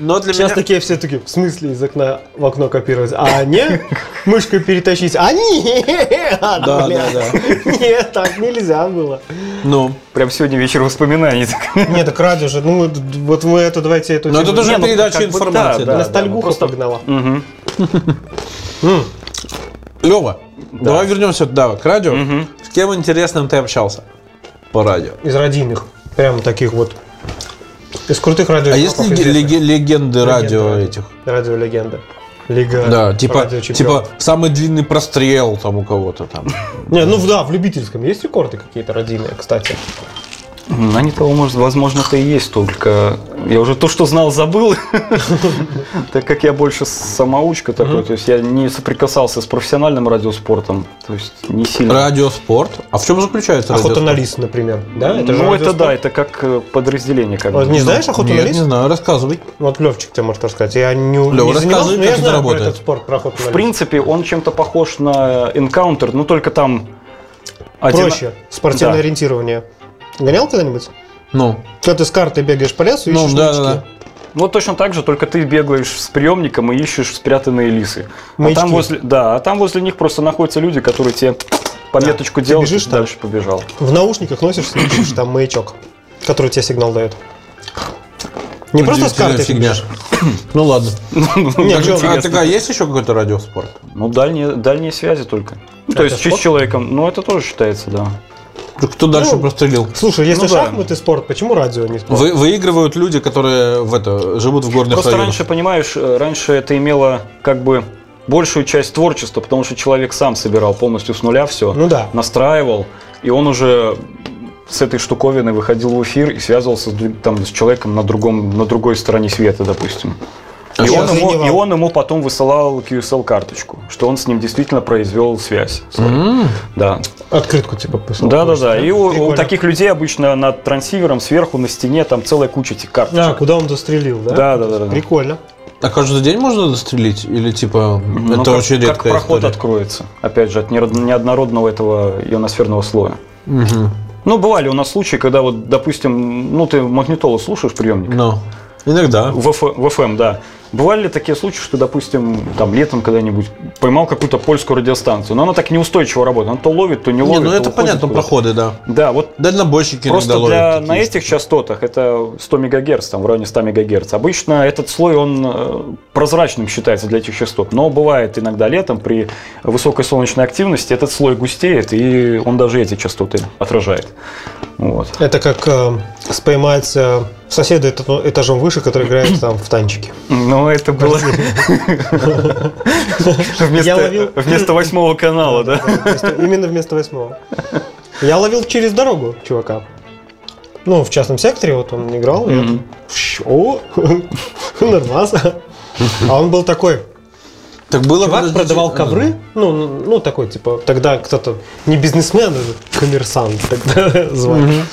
[SPEAKER 4] Но для
[SPEAKER 3] Сейчас
[SPEAKER 4] меня...
[SPEAKER 3] такие все такие, в смысле из окна в окно копировать? А не? Мышкой перетащить. А *laughs* нет!
[SPEAKER 4] да,
[SPEAKER 3] блядь.
[SPEAKER 4] да.
[SPEAKER 3] Нет, так нельзя было.
[SPEAKER 4] Ну,
[SPEAKER 2] прям сегодня вечер воспоминаний. *laughs*
[SPEAKER 3] Нет, так ради же. Ну, вот- вот мы это, давайте эту...
[SPEAKER 4] но
[SPEAKER 3] тему-
[SPEAKER 4] это тоже
[SPEAKER 2] Не, ну,
[SPEAKER 4] передача
[SPEAKER 2] как бы да,
[SPEAKER 4] информации.
[SPEAKER 2] да.
[SPEAKER 3] Ностальгуха
[SPEAKER 2] просто-
[SPEAKER 3] погнала.
[SPEAKER 2] Мгм.
[SPEAKER 4] Лева, давай вернемся да, к радио. С кем интересным ты общался по радио?
[SPEAKER 3] Из родийных. Прям таких вот. Из крутых радио.
[SPEAKER 4] А есть леге- леге- легенды радио
[SPEAKER 3] радио.
[SPEAKER 4] этих?
[SPEAKER 3] Радиолегенда. Лига.
[SPEAKER 4] Да, типа,
[SPEAKER 3] радиочемпионов.
[SPEAKER 4] типа самый длинный прострел там у кого-то там.
[SPEAKER 3] Не, ну да, в любительском есть рекорды какие-то родильные, кстати.
[SPEAKER 2] М, Они того, может, возможно, то и есть, только я уже то, что знал, забыл, *laughs* так как я больше самоучка такой, то есть я не соприкасался с профессиональным радиоспортом, то есть не сильно.
[SPEAKER 4] Радиоспорт. А в чем заключается
[SPEAKER 3] Охота на
[SPEAKER 4] радиоспорт?
[SPEAKER 3] лис, например. Да, это же
[SPEAKER 2] Ну, это
[SPEAKER 3] радиоспорт.
[SPEAKER 2] да, это как э, подразделение как
[SPEAKER 3] А,
[SPEAKER 2] бы. Ну,
[SPEAKER 3] Не знаешь охоту на
[SPEAKER 4] Нет,
[SPEAKER 3] лис?
[SPEAKER 4] Ну, не знаю, рассказывай.
[SPEAKER 3] Ну, Вот Левчик тебе может рассказать. Я не, не
[SPEAKER 4] Лёва,
[SPEAKER 3] занимался, но
[SPEAKER 4] рассказывай, как
[SPEAKER 3] я
[SPEAKER 4] это
[SPEAKER 3] знаю
[SPEAKER 4] работает.
[SPEAKER 3] про этот спорт, про охоту на
[SPEAKER 2] В
[SPEAKER 3] лис.
[SPEAKER 2] принципе, он чем-то похож на Encounter, но только там... один-
[SPEAKER 3] Проще. Спортивное
[SPEAKER 2] Да.
[SPEAKER 3] ориентирование. Гонял когда-нибудь?
[SPEAKER 4] Ну,
[SPEAKER 3] Когда ты с карты бегаешь по лесу,
[SPEAKER 4] Ну,
[SPEAKER 3] ищешь
[SPEAKER 4] да,
[SPEAKER 3] нычки.
[SPEAKER 4] да, да.
[SPEAKER 2] Ну, Вот точно так же, только ты бегаешь с приемником и ищешь спрятанные лисы. А
[SPEAKER 3] Маячки.
[SPEAKER 2] там, возле, да, а там возле них просто находятся люди, которые тебе пометочку делают,
[SPEAKER 3] бежишь
[SPEAKER 2] и
[SPEAKER 3] там?
[SPEAKER 2] дальше побежал.
[SPEAKER 3] В наушниках носишься, ищешь там маячок, который тебе сигнал дает. Не просто с карты
[SPEAKER 4] Ну, фигня.
[SPEAKER 3] фигнешь.
[SPEAKER 4] *coughs* Ну ладно.
[SPEAKER 3] Нет,
[SPEAKER 4] Так,
[SPEAKER 3] чё,
[SPEAKER 4] а такая есть еще какой-то радиоспорт?
[SPEAKER 2] Ну, дальние, дальние связи только. Ну,
[SPEAKER 3] Это
[SPEAKER 2] то есть с
[SPEAKER 3] спорт?
[SPEAKER 2] человеком, ну, это тоже считается, да.
[SPEAKER 4] Кто дальше
[SPEAKER 3] Ну,
[SPEAKER 4] прострелил?
[SPEAKER 3] Слушай, если
[SPEAKER 2] Ну да.
[SPEAKER 3] шахматы спорт, почему радио не спорт?
[SPEAKER 4] Вы, выигрывают люди, которые в это живут в горных
[SPEAKER 2] Просто
[SPEAKER 4] районах.
[SPEAKER 2] раньше, понимаешь, э, раньше это имело как бы большую часть творчества, потому что человек сам собирал полностью с нуля все,
[SPEAKER 3] Ну да.
[SPEAKER 2] настраивал, и он уже с этой штуковиной выходил в эфир и связывался с, друг- там, с человеком на, другом, на другой стороне света, допустим.
[SPEAKER 4] А
[SPEAKER 2] И он,
[SPEAKER 3] щас
[SPEAKER 2] ему,
[SPEAKER 3] линивал.
[SPEAKER 2] и он ему потом высылал QSL-карточку, что он с ним действительно произвел связь.
[SPEAKER 4] М,
[SPEAKER 2] Да.
[SPEAKER 3] Открытку типа писал.
[SPEAKER 2] Да, да, да. И у, у
[SPEAKER 3] Прикольно.
[SPEAKER 2] таких людей обычно над трансивером сверху на стене там целая куча этих карточек.
[SPEAKER 3] А, куда он застрелил, да?
[SPEAKER 2] Да, да, да, да.
[SPEAKER 3] Прикольно.
[SPEAKER 4] А каждый день можно застрелить? Или типа
[SPEAKER 2] Ну,
[SPEAKER 4] это
[SPEAKER 2] как,
[SPEAKER 4] очень
[SPEAKER 2] как
[SPEAKER 4] редкая
[SPEAKER 2] проход
[SPEAKER 4] история?
[SPEAKER 2] откроется, опять же, от нерод- неоднородного этого ионосферного слоя.
[SPEAKER 4] Мгм.
[SPEAKER 2] Ну, бывали у нас случаи, когда вот, допустим, ну, ты магнитолу слушаешь приемник?
[SPEAKER 4] Ну, иногда.
[SPEAKER 2] В, Ф- в FM, да. Бывали ли такие случаи, что, допустим, там летом когда-нибудь поймал какую-то польскую радиостанцию, но она так неустойчиво работает, она то ловит, то
[SPEAKER 4] Не,
[SPEAKER 2] не ловит.
[SPEAKER 4] ну
[SPEAKER 2] то
[SPEAKER 4] это
[SPEAKER 2] уходит
[SPEAKER 4] понятно,
[SPEAKER 2] куда-то.
[SPEAKER 4] проходы, да.
[SPEAKER 2] Да, вот
[SPEAKER 4] Дальнобойщики
[SPEAKER 2] Просто
[SPEAKER 4] иногда ловят
[SPEAKER 2] для,
[SPEAKER 4] такие.
[SPEAKER 2] на этих частотах это 100 МГц, там в районе 100 МГц. Обычно этот слой, он э, прозрачным считается для этих частот. Но бывает иногда летом при высокой солнечной активности этот слой густеет, и он даже эти частоты отражает. Вот.
[SPEAKER 3] Это как э, споймается соседа этаж- этажом выше, который играет там в танчики.
[SPEAKER 2] Но Ну, это было
[SPEAKER 3] Я ловил-
[SPEAKER 2] *laughs* вместо, вместо восьмого канала, да?
[SPEAKER 3] Вместо- Именно вместо восьмого. Я ловил через дорогу чувака. Ну, в частном секторе вот он играл. и я
[SPEAKER 2] Мгм.
[SPEAKER 3] так, «Пш, О, *laughs* нормас. А он был такой.
[SPEAKER 4] Так было,
[SPEAKER 3] Чувак
[SPEAKER 4] подождите,
[SPEAKER 3] продавал
[SPEAKER 4] а,
[SPEAKER 3] ковры, ну, ну, ну, такой, типа, тогда кто-то, не бизнесмен, а коммерсант тогда *laughs* звали.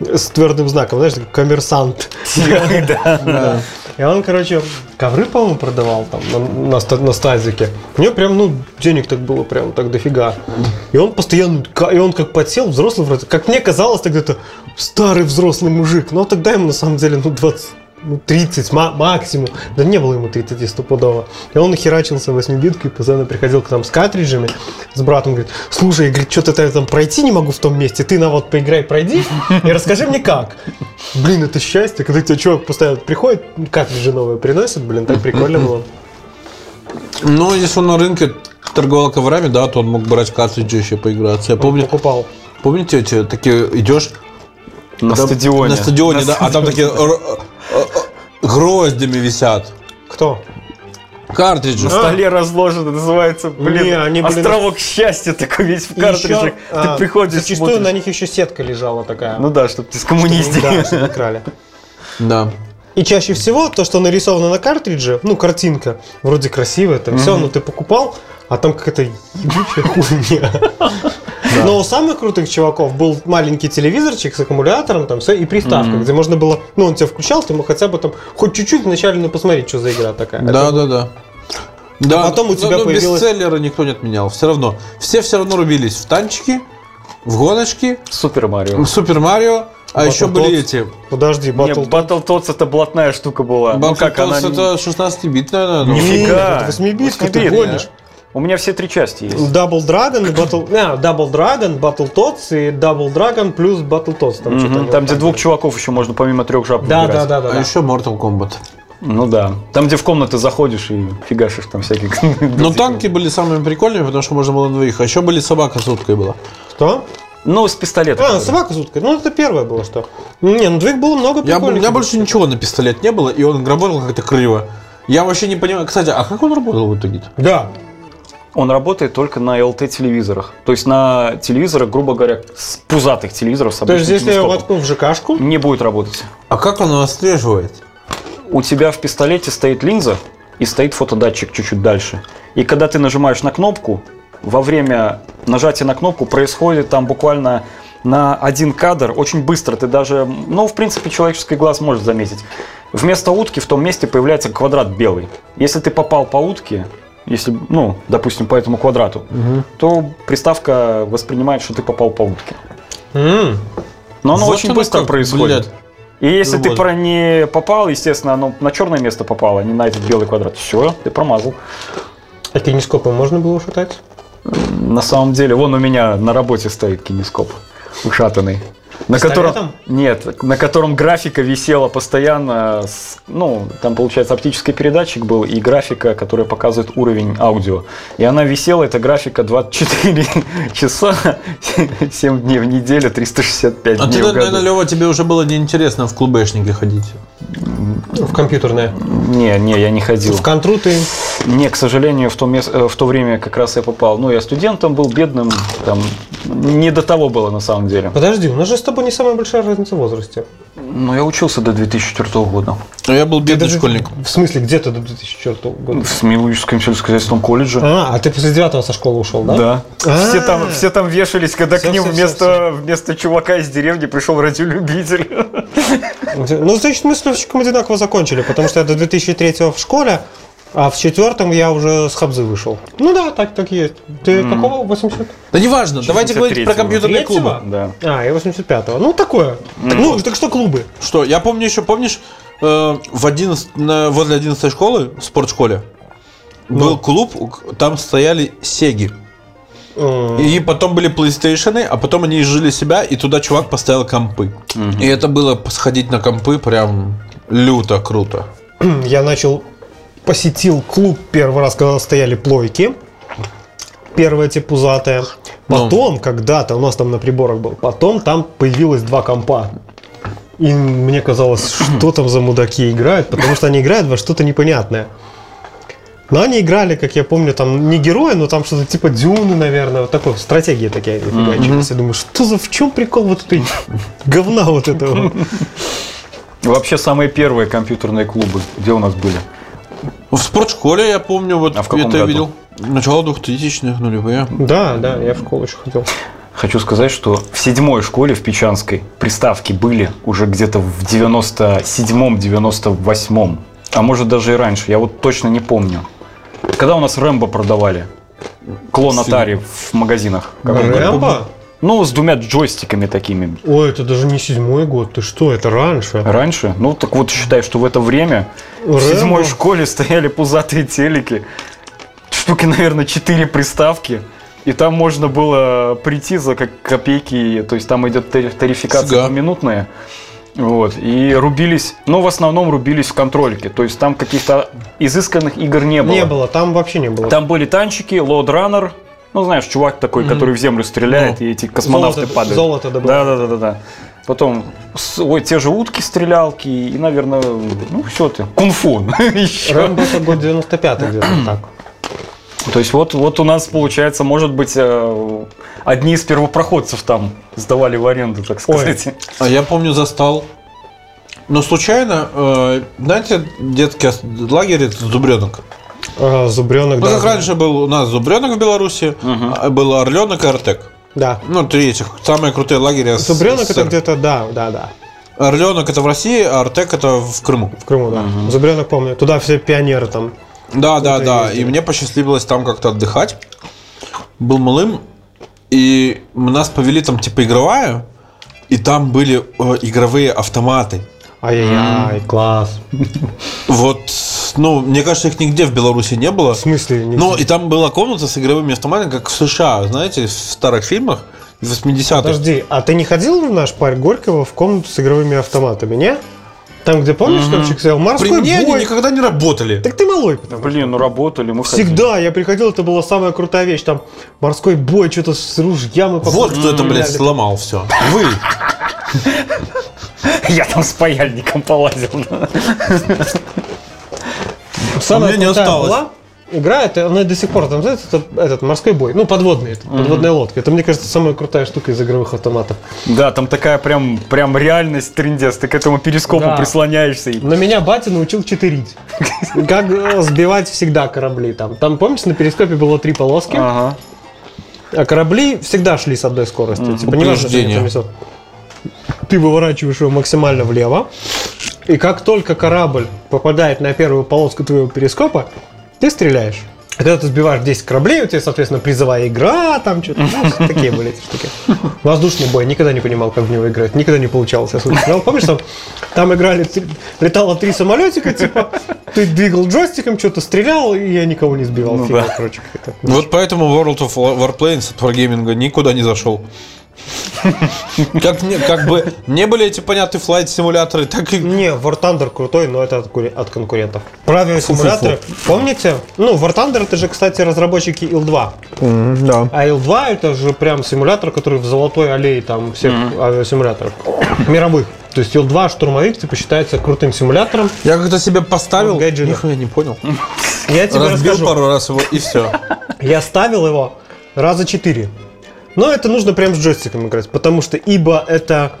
[SPEAKER 3] С твердым знаком, знаешь, такой коммерсант. *laughs* Да. И он, короче, ковры, по-моему, продавал там на, на, ста- на стазике. У него прям, ну, денег так было, прям так дофига. И он постоянно, ка- и он как подсел, взрослый вроде, как мне казалось тогда, это старый взрослый мужик. Но тогда ему на самом деле, ну, 20 ну, 30 ма- максимум. Да не было ему 30 стопудово. И он херачился восьмибиткой, постоянно приходил к нам с картриджами, с братом, говорит, слушай, говорит, что-то там пройти не могу в том месте, ты на вот поиграй, пройди и расскажи мне как. Блин, это счастье, когда тебе человек постоянно приходит, картриджи новые приносит, блин, так прикольно было.
[SPEAKER 4] Ну, если он на рынке торговал коврами, да, то он мог брать картриджи еще поиграться. Я помню,
[SPEAKER 3] Покупал.
[SPEAKER 4] помните, эти такие идешь
[SPEAKER 2] На
[SPEAKER 4] там-
[SPEAKER 2] стадионе.
[SPEAKER 4] На стадионе, да, а там такие р- э, э, гроздями висят.
[SPEAKER 3] Кто?
[SPEAKER 4] Картриджи.
[SPEAKER 2] На столе разложено, называется, блин,
[SPEAKER 3] А? Не, они, блин,
[SPEAKER 2] островок счастья такой весь в
[SPEAKER 3] И
[SPEAKER 2] картриджах.
[SPEAKER 3] еще, а,
[SPEAKER 2] Ты приходишь,
[SPEAKER 3] Зачастую
[SPEAKER 2] смотришь.
[SPEAKER 3] на них еще сетка лежала такая.
[SPEAKER 2] Ну да, чтобы ты
[SPEAKER 3] Да,
[SPEAKER 2] скоммунистил.
[SPEAKER 3] чтобы не крали.
[SPEAKER 4] Да.
[SPEAKER 3] И чаще всего то, что нарисовано на картридже, ну, картинка, вроде красивая, там все, ну ты покупал, а там какая-то ебучая хуйня. Но у самых крутых чуваков был маленький телевизорчик с аккумулятором, там все, и приставка, где можно было, ну, он тебя включал, ты мог хотя бы там хоть чуть-чуть вначале ну, посмотреть, что за игра такая.
[SPEAKER 4] Да, да, да. Да,
[SPEAKER 3] А
[SPEAKER 4] Ну,
[SPEAKER 3] потом у
[SPEAKER 4] но-
[SPEAKER 3] тебя
[SPEAKER 4] но
[SPEAKER 3] появилось-
[SPEAKER 4] бестселлеры никто не отменял. Все равно. Все все равно рубились в танчики, в гоночки,
[SPEAKER 2] Супер Марио.
[SPEAKER 4] в Супер Марио, а
[SPEAKER 3] Battle
[SPEAKER 4] еще были
[SPEAKER 3] Tots.
[SPEAKER 4] эти.
[SPEAKER 3] Подожди,
[SPEAKER 2] Не,
[SPEAKER 3] батл.
[SPEAKER 2] Battle Tots это блатная штука была. Ну
[SPEAKER 4] Battle
[SPEAKER 2] как она...
[SPEAKER 4] Tots это 16-битная, наверное. ну,
[SPEAKER 2] не- Нифига.
[SPEAKER 3] это восьмибитка, ты
[SPEAKER 2] Восьмибитная.
[SPEAKER 3] гонишь.
[SPEAKER 2] У меня все три части есть.
[SPEAKER 3] Double Dragon и Battle... А, Double Dragon, Battle Tots и Double Dragon плюс Battle Tots. Там, что-то
[SPEAKER 2] Мгм,
[SPEAKER 3] они
[SPEAKER 2] Там,
[SPEAKER 3] вот
[SPEAKER 2] где
[SPEAKER 3] так
[SPEAKER 2] двух
[SPEAKER 3] были.
[SPEAKER 2] чуваков еще можно помимо трех жаб
[SPEAKER 3] Да, да,
[SPEAKER 2] выбирать.
[SPEAKER 3] да, да.
[SPEAKER 4] А
[SPEAKER 3] да.
[SPEAKER 4] еще Mortal Kombat.
[SPEAKER 2] Ну да. Там, где в комнаты заходишь и фигашишь там всяких. *laughs*
[SPEAKER 4] Но танки были самыми прикольными, потому что можно было на двоих. А еще были собака с уткой была.
[SPEAKER 3] Что?
[SPEAKER 2] Ну, с пистолетом.
[SPEAKER 3] А, собака с уткой. Ну, это первое было, что. Не, ну двоих было много
[SPEAKER 4] Я, у
[SPEAKER 3] прикольных
[SPEAKER 4] меня
[SPEAKER 3] игр.
[SPEAKER 4] больше ничего на пистолет не было, и он граборил как-то криво. Я вообще не понимаю. Кстати, а как он работал в итоге-то?
[SPEAKER 3] Да.
[SPEAKER 2] Он работает только на LT-телевизорах. То есть на телевизорах, грубо говоря, с пузатых телевизоров с
[SPEAKER 3] То есть,
[SPEAKER 2] обычным
[SPEAKER 3] если я
[SPEAKER 2] телескопом.
[SPEAKER 3] воткну в ЖКшку,
[SPEAKER 2] Не будет работать.
[SPEAKER 4] А как он его отслеживает?
[SPEAKER 2] У тебя в пистолете стоит линза и стоит фотодатчик чуть-чуть дальше. И когда ты нажимаешь на кнопку, во время нажатия на кнопку происходит там буквально на один кадр очень быстро. Ты даже, ну, в принципе, человеческий глаз может заметить. Вместо утки в том месте появляется квадрат белый. Если ты попал по утке, если, ну, допустим, по этому квадрату, то приставка воспринимает, что ты попал по утке.
[SPEAKER 3] м,
[SPEAKER 2] Но оно
[SPEAKER 4] Вот
[SPEAKER 2] очень
[SPEAKER 4] оно
[SPEAKER 2] быстро
[SPEAKER 4] как, блядь.
[SPEAKER 2] происходит. И если
[SPEAKER 4] Любовь.
[SPEAKER 2] ты про не попал, естественно, оно на черное место попало, а не на этот белый квадрат. Все, ты промазал.
[SPEAKER 3] а кинескопом можно было ушатать?
[SPEAKER 2] На самом деле, вон у меня на работе стоит кинескоп ушатанный. На
[SPEAKER 3] Пистолетом?
[SPEAKER 2] котором, нет, на котором графика висела постоянно, с- ну, там, получается, оптический передатчик был и графика, которая показывает уровень аудио. И она висела, эта графика 24 *laughs* часа, 7 дней в неделю, 365
[SPEAKER 4] А
[SPEAKER 2] дней
[SPEAKER 4] ты,
[SPEAKER 2] в
[SPEAKER 4] наверное,
[SPEAKER 2] году.
[SPEAKER 4] Лева, тебе уже было неинтересно в клубешнике ходить.
[SPEAKER 3] В компьютерное.
[SPEAKER 2] Не, не, я не ходил.
[SPEAKER 3] В контру ты...
[SPEAKER 2] Не, к сожалению, в то, мес- э, в то время как раз я попал. Ну, я студентом был, бедным, там, не до того было на самом деле.
[SPEAKER 3] Подожди, у нас же с тобой не самая большая разница в возрасте.
[SPEAKER 2] Но Ну, я учился до 2004 года.
[SPEAKER 4] А я был бедный
[SPEAKER 3] Даже-
[SPEAKER 4] школьник.
[SPEAKER 3] В смысле, где ты до 2004 года?
[SPEAKER 2] В Смилуйском сельскохозяйственном колледже.
[SPEAKER 3] А, а ты после девятого со школы ушел, да?
[SPEAKER 2] Да.
[SPEAKER 3] А.
[SPEAKER 2] Все там, все там вешались, когда
[SPEAKER 3] Всё,
[SPEAKER 2] к ним
[SPEAKER 3] всё, всё,
[SPEAKER 2] вместо, вместо чувака из деревни пришел *laughs* радиолюбитель.
[SPEAKER 3] Ну, значит, мы с Левчиком одинаково закончили, потому что я до 2003 в школе, а в четвертом я уже с Хабзы вышел. Ну да, так, так и есть. Ты какого? 80?
[SPEAKER 4] Да неважно, давайте говорить про
[SPEAKER 2] 63-го.
[SPEAKER 4] компьютерные клубы.
[SPEAKER 2] Да.
[SPEAKER 3] А, я 85-го. Ну, такое. Так, ну, так что клубы?
[SPEAKER 4] Что, я помню еще, помнишь, э, в 11, на- возле 11 школы, в спортшколе, был клуб, у- там стояли сеги.
[SPEAKER 3] М,
[SPEAKER 4] И потом были PlayStation, а потом они изжили себя, и туда чувак поставил компы. И это было сходить на компы прям люто круто.
[SPEAKER 3] Я начал, посетил клуб первый раз, когда стояли плойки. Первые эти пузатые. Потом, когда-то, у нас там на приборах был, потом там появилось два компа. И мне казалось, что там за мудаки играют, потому что они играют во что-то непонятное. Но они играли, как я помню, там не герои, но там что-то типа дюны, наверное, вот такое, стратегии такие они фигачились. Я думаю, что за, в чем прикол вот этой говна вот этого?
[SPEAKER 2] Вообще самые первые компьютерные клубы, где у нас были.
[SPEAKER 4] В спортшколе, я помню, вот
[SPEAKER 2] А в каком
[SPEAKER 4] это я
[SPEAKER 2] году?
[SPEAKER 4] видел. Начало 2000-х, нулевые.
[SPEAKER 3] Да, да, я в школу еще ходил.
[SPEAKER 2] Хочу сказать, что в седьмой школе в Печанской приставки были уже где-то в 97-98, а может даже и раньше, я вот точно не помню. Когда у нас Рэмбо продавали? Клон
[SPEAKER 4] Сильно.
[SPEAKER 2] Atari в магазинах. Как он говорит?
[SPEAKER 3] Рэмбо?
[SPEAKER 2] Ну, с двумя джойстиками такими.
[SPEAKER 3] Ой, это даже не седьмой год, ты что, это
[SPEAKER 4] А,
[SPEAKER 3] раньше.
[SPEAKER 2] Раньше, ну так вот считай, что в это время в
[SPEAKER 3] Рэмбо.
[SPEAKER 2] седьмой школе стояли пузатые телеки, штуки, наверное, четыре приставки, и там можно было прийти за как копейки, то есть там идет тари- тарификация
[SPEAKER 4] Сга.
[SPEAKER 2] двуминутная. Вот, и рубились, но в основном рубились в контрольке, то есть там каких-то изысканных игр не было.
[SPEAKER 3] Не было, там вообще не было.
[SPEAKER 2] Там были танчики, лоудранер, ну знаешь, чувак такой, который в землю стреляет,
[SPEAKER 4] Ну,
[SPEAKER 2] и эти космонавты
[SPEAKER 3] золото-
[SPEAKER 2] падают.
[SPEAKER 3] золото добывает.
[SPEAKER 2] Да, да, да, да, да. Потом, с- ой, те же утки, стрелялки, и, наверное, ну все ты, кунг-фу *laughs* еще.
[SPEAKER 3] Рэмбо это год
[SPEAKER 4] *clears throat*
[SPEAKER 3] 95 где-то так.
[SPEAKER 2] То есть вот, вот у нас, получается, может быть, э, одни из первопроходцев там сдавали в аренду, так сказать.
[SPEAKER 4] А я помню, застал. Но случайно, э, знаете, детский ос- лагерь это зубренок.
[SPEAKER 3] А, Зубренок,
[SPEAKER 4] Ну,
[SPEAKER 3] да.
[SPEAKER 4] как раньше был у нас зубренок в Беларуси, а был орленок и артек.
[SPEAKER 3] Да.
[SPEAKER 4] Ну, три этих самые крутые лагеря. с-
[SPEAKER 3] Зубренок это
[SPEAKER 4] СССР.
[SPEAKER 3] где-то, да, да, да.
[SPEAKER 4] Орленок это в России, а артек это в Крыму.
[SPEAKER 3] В Крыму, да. Зубренок помню. Туда все пионеры там.
[SPEAKER 4] Да, да,
[SPEAKER 3] и
[SPEAKER 4] да.
[SPEAKER 3] ездили.
[SPEAKER 4] И мне посчастливилось там как-то отдыхать. Был малым, и нас повели там типа игровая, и там были э, игровые автоматы.
[SPEAKER 3] Ай-яй-яй, класс.
[SPEAKER 4] Вот, ну, мне кажется, их нигде в Беларуси не было.
[SPEAKER 3] В смысле? не-
[SPEAKER 4] Ну, и там была комната с игровыми автоматами, как в США, знаете, в старых фильмах, в 80-х.
[SPEAKER 3] Подожди, а ты не ходил в наш парк Горького в комнату с игровыми автоматами, не? Там, где, помнишь, Томчик стоял
[SPEAKER 4] При
[SPEAKER 3] морской
[SPEAKER 4] мне они
[SPEAKER 3] бой.
[SPEAKER 4] никогда не работали.
[SPEAKER 3] Так ты малой.
[SPEAKER 2] Блин, ну работали, мы ходили.
[SPEAKER 3] Всегда я приходил, это была самая крутая вещь. Там морской бой, что-то с ружья мы
[SPEAKER 4] Вот кто это, блядь,
[SPEAKER 3] попадали.
[SPEAKER 4] сломал все. Вы.
[SPEAKER 2] Я там с паяльником полазил.
[SPEAKER 3] Самая
[SPEAKER 4] а У меня не
[SPEAKER 3] крутая
[SPEAKER 4] осталось.
[SPEAKER 3] была игра, это, она и до сих пор там, знаете, это- этот морской бой. Ну, подводный, это, подводная лодка. Это, мне кажется, самая крутая штука из игровых автоматов.
[SPEAKER 2] Да, там такая прям, прям реальность трендец. Ты к этому перископу
[SPEAKER 3] Да.
[SPEAKER 2] прислоняешься. и-
[SPEAKER 3] Но меня батя научил читерить. Как э, сбивать всегда корабли там. Там, помнишь, на перископе было три полоски,
[SPEAKER 2] Ага.
[SPEAKER 3] а корабли всегда шли с одной скоростью. Типа, неважно, что они там
[SPEAKER 4] Упреждение.
[SPEAKER 3] несут. Ты выворачиваешь его максимально влево, и как только корабль попадает на первую полоску твоего перископа, ты стреляешь. А когда ты сбиваешь 10 кораблей, у тебя, соответственно, призовая игра, там что-то, ну, такие были эти штуки. Воздушный бой, никогда не понимал, как в него играть, никогда не получалось. Я слышал, играл. помнишь, там, там играли, три- летало три самолетика, типа, ты двигал джойстиком, что-то стрелял, и я никого не сбивал.
[SPEAKER 2] Ну
[SPEAKER 3] Фигня,
[SPEAKER 2] да.
[SPEAKER 3] короче, какая-то.
[SPEAKER 4] Вот поэтому World of Warplanes от Wargaming никуда не зашел. Как, не- как бы не были эти понятные флайт-симуляторы, так и...
[SPEAKER 3] Не, War Thunder крутой, но это от, кури- от конкурентов. Правильные
[SPEAKER 4] Фу-фу-фу.
[SPEAKER 3] симуляторы. Помните? Ну, War Thunder это же, кстати, разработчики IL-2.
[SPEAKER 4] Да.
[SPEAKER 3] А IL-2 это же прям симулятор, который в золотой аллее там всех авиасимуляторов мировых. То есть IL-2 штурмовик, типа, считается крутым симулятором.
[SPEAKER 4] Я когда себе поставил,
[SPEAKER 3] Вот гаджет.
[SPEAKER 4] нихуя не понял.
[SPEAKER 3] Я тебе
[SPEAKER 4] Разбил
[SPEAKER 3] расскажу.
[SPEAKER 4] пару раз его, и все.
[SPEAKER 3] Я ставил его раза четыре. Но это нужно прям с джойстиком играть, потому что ибо это...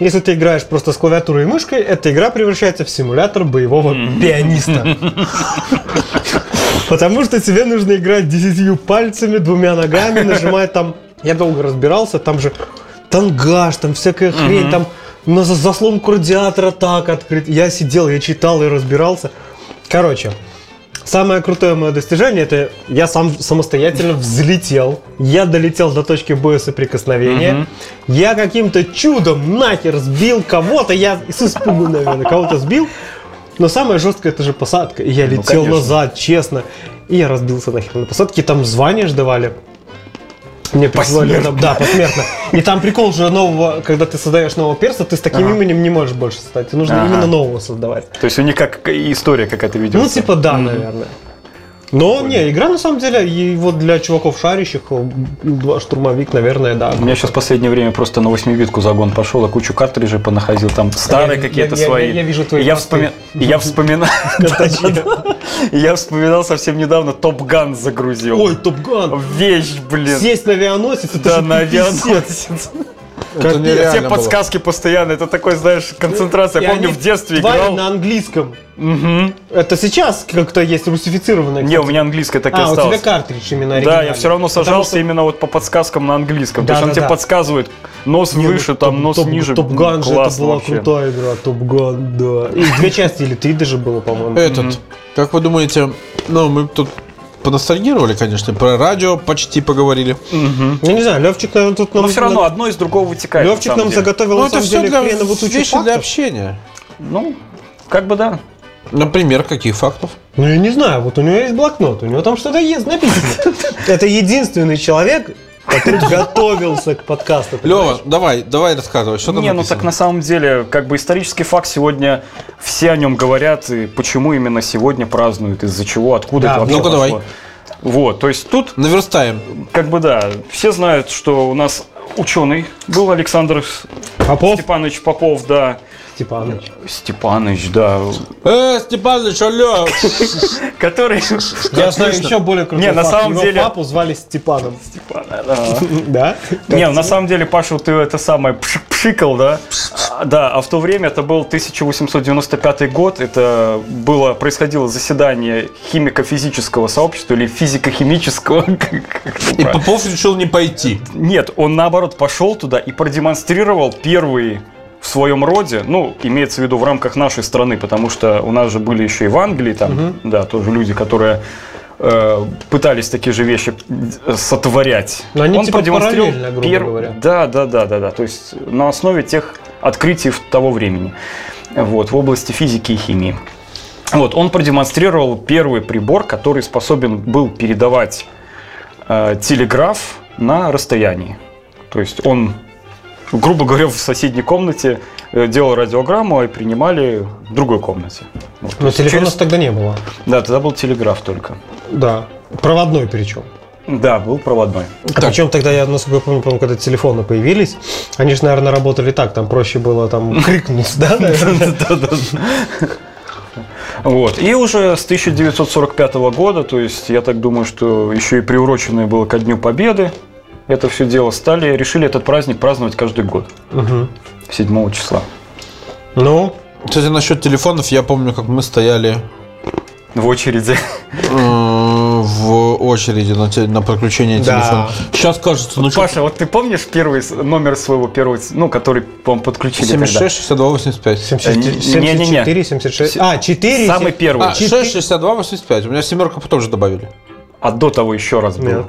[SPEAKER 3] Если ты играешь просто с клавиатурой и мышкой, эта игра превращается в симулятор боевого пианиста. Потому что тебе нужно играть десятью пальцами, двумя ногами, нажимая там... Я долго разбирался, там же тангаж, там всякая хрень, там на за- заслонку радиатора так открыть. Я сидел, я читал и разбирался. Короче, Самое крутое мое достижение это я сам самостоятельно взлетел. Я долетел до точки боя соприкосновения. Я каким-то чудом нахер сбил кого-то. Я с испугу, наверное, кого-то сбил. Но самое жесткое это же посадка. И я летел
[SPEAKER 2] Ну, конечно.
[SPEAKER 3] назад, честно. И я разбился нахер на посадке. И Там звания ж давали. Мне призвали
[SPEAKER 2] Посмертно.
[SPEAKER 3] там- да, посмертно. И там прикол же нового, когда ты создаешь нового перса, ты с таким именем не можешь больше стать. Тебе нужно
[SPEAKER 2] Ага.
[SPEAKER 3] именно нового создавать.
[SPEAKER 2] То есть у них как история какая-то ведется.
[SPEAKER 3] Ну, типа, да, наверное. Но не, игра на самом деле, и вот для чуваков шарящих, два штурмовик, наверное, да.
[SPEAKER 2] У меня сейчас в последнее время просто на восьмибитку загон пошел, а кучу картриджей понаходил, там старые
[SPEAKER 3] Я-
[SPEAKER 2] какие-то
[SPEAKER 3] я- я-
[SPEAKER 2] свои.
[SPEAKER 3] я вижу твои
[SPEAKER 2] И я,
[SPEAKER 3] посты.
[SPEAKER 2] вспоми- и
[SPEAKER 4] *laughs*
[SPEAKER 2] я вспоминаю... *laughs* Да-да-да. И Я вспоминал совсем недавно Топ Ган загрузил.
[SPEAKER 3] Ой, Топган!
[SPEAKER 2] Вещь, блин.
[SPEAKER 3] Сесть на авианосец, это
[SPEAKER 2] Да,
[SPEAKER 3] же
[SPEAKER 2] на
[SPEAKER 3] пипец.
[SPEAKER 2] *laughs* авианосец.
[SPEAKER 4] Это
[SPEAKER 2] Все
[SPEAKER 4] нереально было.
[SPEAKER 2] подсказки постоянно. Это такой, знаешь, концентрация.
[SPEAKER 3] И
[SPEAKER 2] Я помню,
[SPEAKER 3] они
[SPEAKER 2] в детстве
[SPEAKER 3] твари
[SPEAKER 2] играл.
[SPEAKER 3] на английском. Это сейчас как-то есть русифицированное.
[SPEAKER 2] Не, у меня английская так и
[SPEAKER 3] А, у тебя
[SPEAKER 2] осталась.
[SPEAKER 3] картридж именно
[SPEAKER 2] Да,
[SPEAKER 3] оригинальный.
[SPEAKER 2] я все равно
[SPEAKER 3] Потому
[SPEAKER 2] сажался
[SPEAKER 3] что
[SPEAKER 2] именно вот по подсказкам на английском.
[SPEAKER 3] Да,
[SPEAKER 2] потому что он
[SPEAKER 3] да,
[SPEAKER 2] тебе
[SPEAKER 3] да.
[SPEAKER 2] подсказывает нос
[SPEAKER 3] Не, ну,
[SPEAKER 2] выше, там
[SPEAKER 3] Топ-
[SPEAKER 2] нос
[SPEAKER 3] Топ-
[SPEAKER 2] ниже.
[SPEAKER 3] Топган же это
[SPEAKER 2] Классно
[SPEAKER 3] была
[SPEAKER 2] вообще.
[SPEAKER 3] крутая игра. Топган,
[SPEAKER 2] Э,
[SPEAKER 3] да. И две части или три даже было, по-моему.
[SPEAKER 4] Этот, как вы думаете, ну, мы тут поностальгировали, конечно, про радио почти поговорили.
[SPEAKER 3] Я Ну, не знаю, Левчик, наверное, тут
[SPEAKER 2] Но
[SPEAKER 3] нам...
[SPEAKER 2] все равно одно из другого вытекает. на
[SPEAKER 3] Левчик
[SPEAKER 2] самом
[SPEAKER 3] нам
[SPEAKER 2] деле.
[SPEAKER 3] заготовил, на
[SPEAKER 4] Ну, это
[SPEAKER 3] самом
[SPEAKER 4] все
[SPEAKER 3] деле,
[SPEAKER 4] для,
[SPEAKER 3] хрена вот
[SPEAKER 4] вещи
[SPEAKER 3] тучу
[SPEAKER 4] для
[SPEAKER 3] фактов.
[SPEAKER 4] общения.
[SPEAKER 2] Ну, как бы да.
[SPEAKER 4] Например, каких фактов?
[SPEAKER 3] Ну, я не знаю, вот у него есть блокнот, у него там что-то есть написано. *laughs* Это единственный человек, *laughs* который готовился к подкасту.
[SPEAKER 4] Лева, давай, давай рассказывай, что там
[SPEAKER 2] Не, ну
[SPEAKER 4] написано?
[SPEAKER 2] так на самом деле, как бы исторический факт сегодня все о нем говорят, и почему именно сегодня празднуют, из-за чего, откуда
[SPEAKER 3] Да,
[SPEAKER 2] это вообще
[SPEAKER 4] ну-ка
[SPEAKER 2] пошло.
[SPEAKER 4] давай.
[SPEAKER 2] Вот, то есть тут
[SPEAKER 4] Наверстаем.
[SPEAKER 2] как бы да, все знают, что у нас ученый был Александр С-
[SPEAKER 3] Попов
[SPEAKER 2] Степанович Попов, да.
[SPEAKER 3] Степанович.
[SPEAKER 2] Степанович, да.
[SPEAKER 4] Э, Степаныч, алло!
[SPEAKER 2] Который...
[SPEAKER 3] Я знаю еще более крутой
[SPEAKER 2] Не, на
[SPEAKER 3] факт.
[SPEAKER 2] самом
[SPEAKER 3] Его
[SPEAKER 2] деле-
[SPEAKER 3] папу звали Степаном. *laughs*
[SPEAKER 2] Да.
[SPEAKER 3] Да?
[SPEAKER 2] Не, на самом деле, Паша, ты это самое пш- пшикал, да? А, Да, а в то время это был 1895 год, это было, происходило заседание химико-физического сообщества или физико-химического. *laughs* как- как это
[SPEAKER 4] И
[SPEAKER 2] правильно?
[SPEAKER 4] Попов решил не пойти.
[SPEAKER 2] Нет, он наоборот пошел туда и продемонстрировал первые в своем роде, ну, имеется в виду в рамках нашей страны, потому что у нас же были еще и в Англии там, да, тоже люди, которые э, пытались такие же вещи э, сотворять.
[SPEAKER 3] Но они
[SPEAKER 2] он
[SPEAKER 3] типа
[SPEAKER 2] продемонстрировал
[SPEAKER 3] параллельно, грубо
[SPEAKER 2] пер-
[SPEAKER 3] говоря.
[SPEAKER 2] Да, да, да, да, да. То есть на основе тех открытий в- того времени. Вот, в области физики и химии. Вот, он продемонстрировал первый прибор, который способен был передавать э, телеграф на расстоянии. То есть он, грубо говоря, в соседней комнате э, делал радиограмму и принимали в другой комнате. Вот, то
[SPEAKER 3] Но
[SPEAKER 2] есть
[SPEAKER 3] телефона
[SPEAKER 2] через-
[SPEAKER 3] тогда не было.
[SPEAKER 2] Да, тогда был телеграф только.
[SPEAKER 3] Да. Проводной причем.
[SPEAKER 2] Да, был проводной.
[SPEAKER 3] А причем тогда, я, насколько я помню, по-моему, когда телефоны появились, они же, наверное, работали так, там проще было там крикнуть,
[SPEAKER 2] *laughs*
[SPEAKER 3] да, наверное?
[SPEAKER 2] Вот. И уже с 1945 года, то есть, я так думаю, что еще и приуроченное было ко Дню Победы, это все дело стали, решили этот праздник праздновать каждый год,
[SPEAKER 3] Мгм.
[SPEAKER 2] 7 числа.
[SPEAKER 3] Ну,
[SPEAKER 4] Кстати, насчет телефонов, я помню, как мы стояли
[SPEAKER 2] В очереди.
[SPEAKER 4] э, в очереди на, те- на подключение
[SPEAKER 3] Да.
[SPEAKER 4] телефона. Сейчас кажется, ну что,
[SPEAKER 2] Паша, вот ты помнишь первый с- номер своего первого, ц- ну, который, по-моему, подключили тогда?
[SPEAKER 4] 76, 62, 85.
[SPEAKER 3] 74,
[SPEAKER 2] Не-не-не.
[SPEAKER 3] 76. А, 4.
[SPEAKER 2] Самый первый.
[SPEAKER 4] А, 6, 62, 85. У меня семерка потом же добавили.
[SPEAKER 2] А до того еще раз был.
[SPEAKER 3] Нет.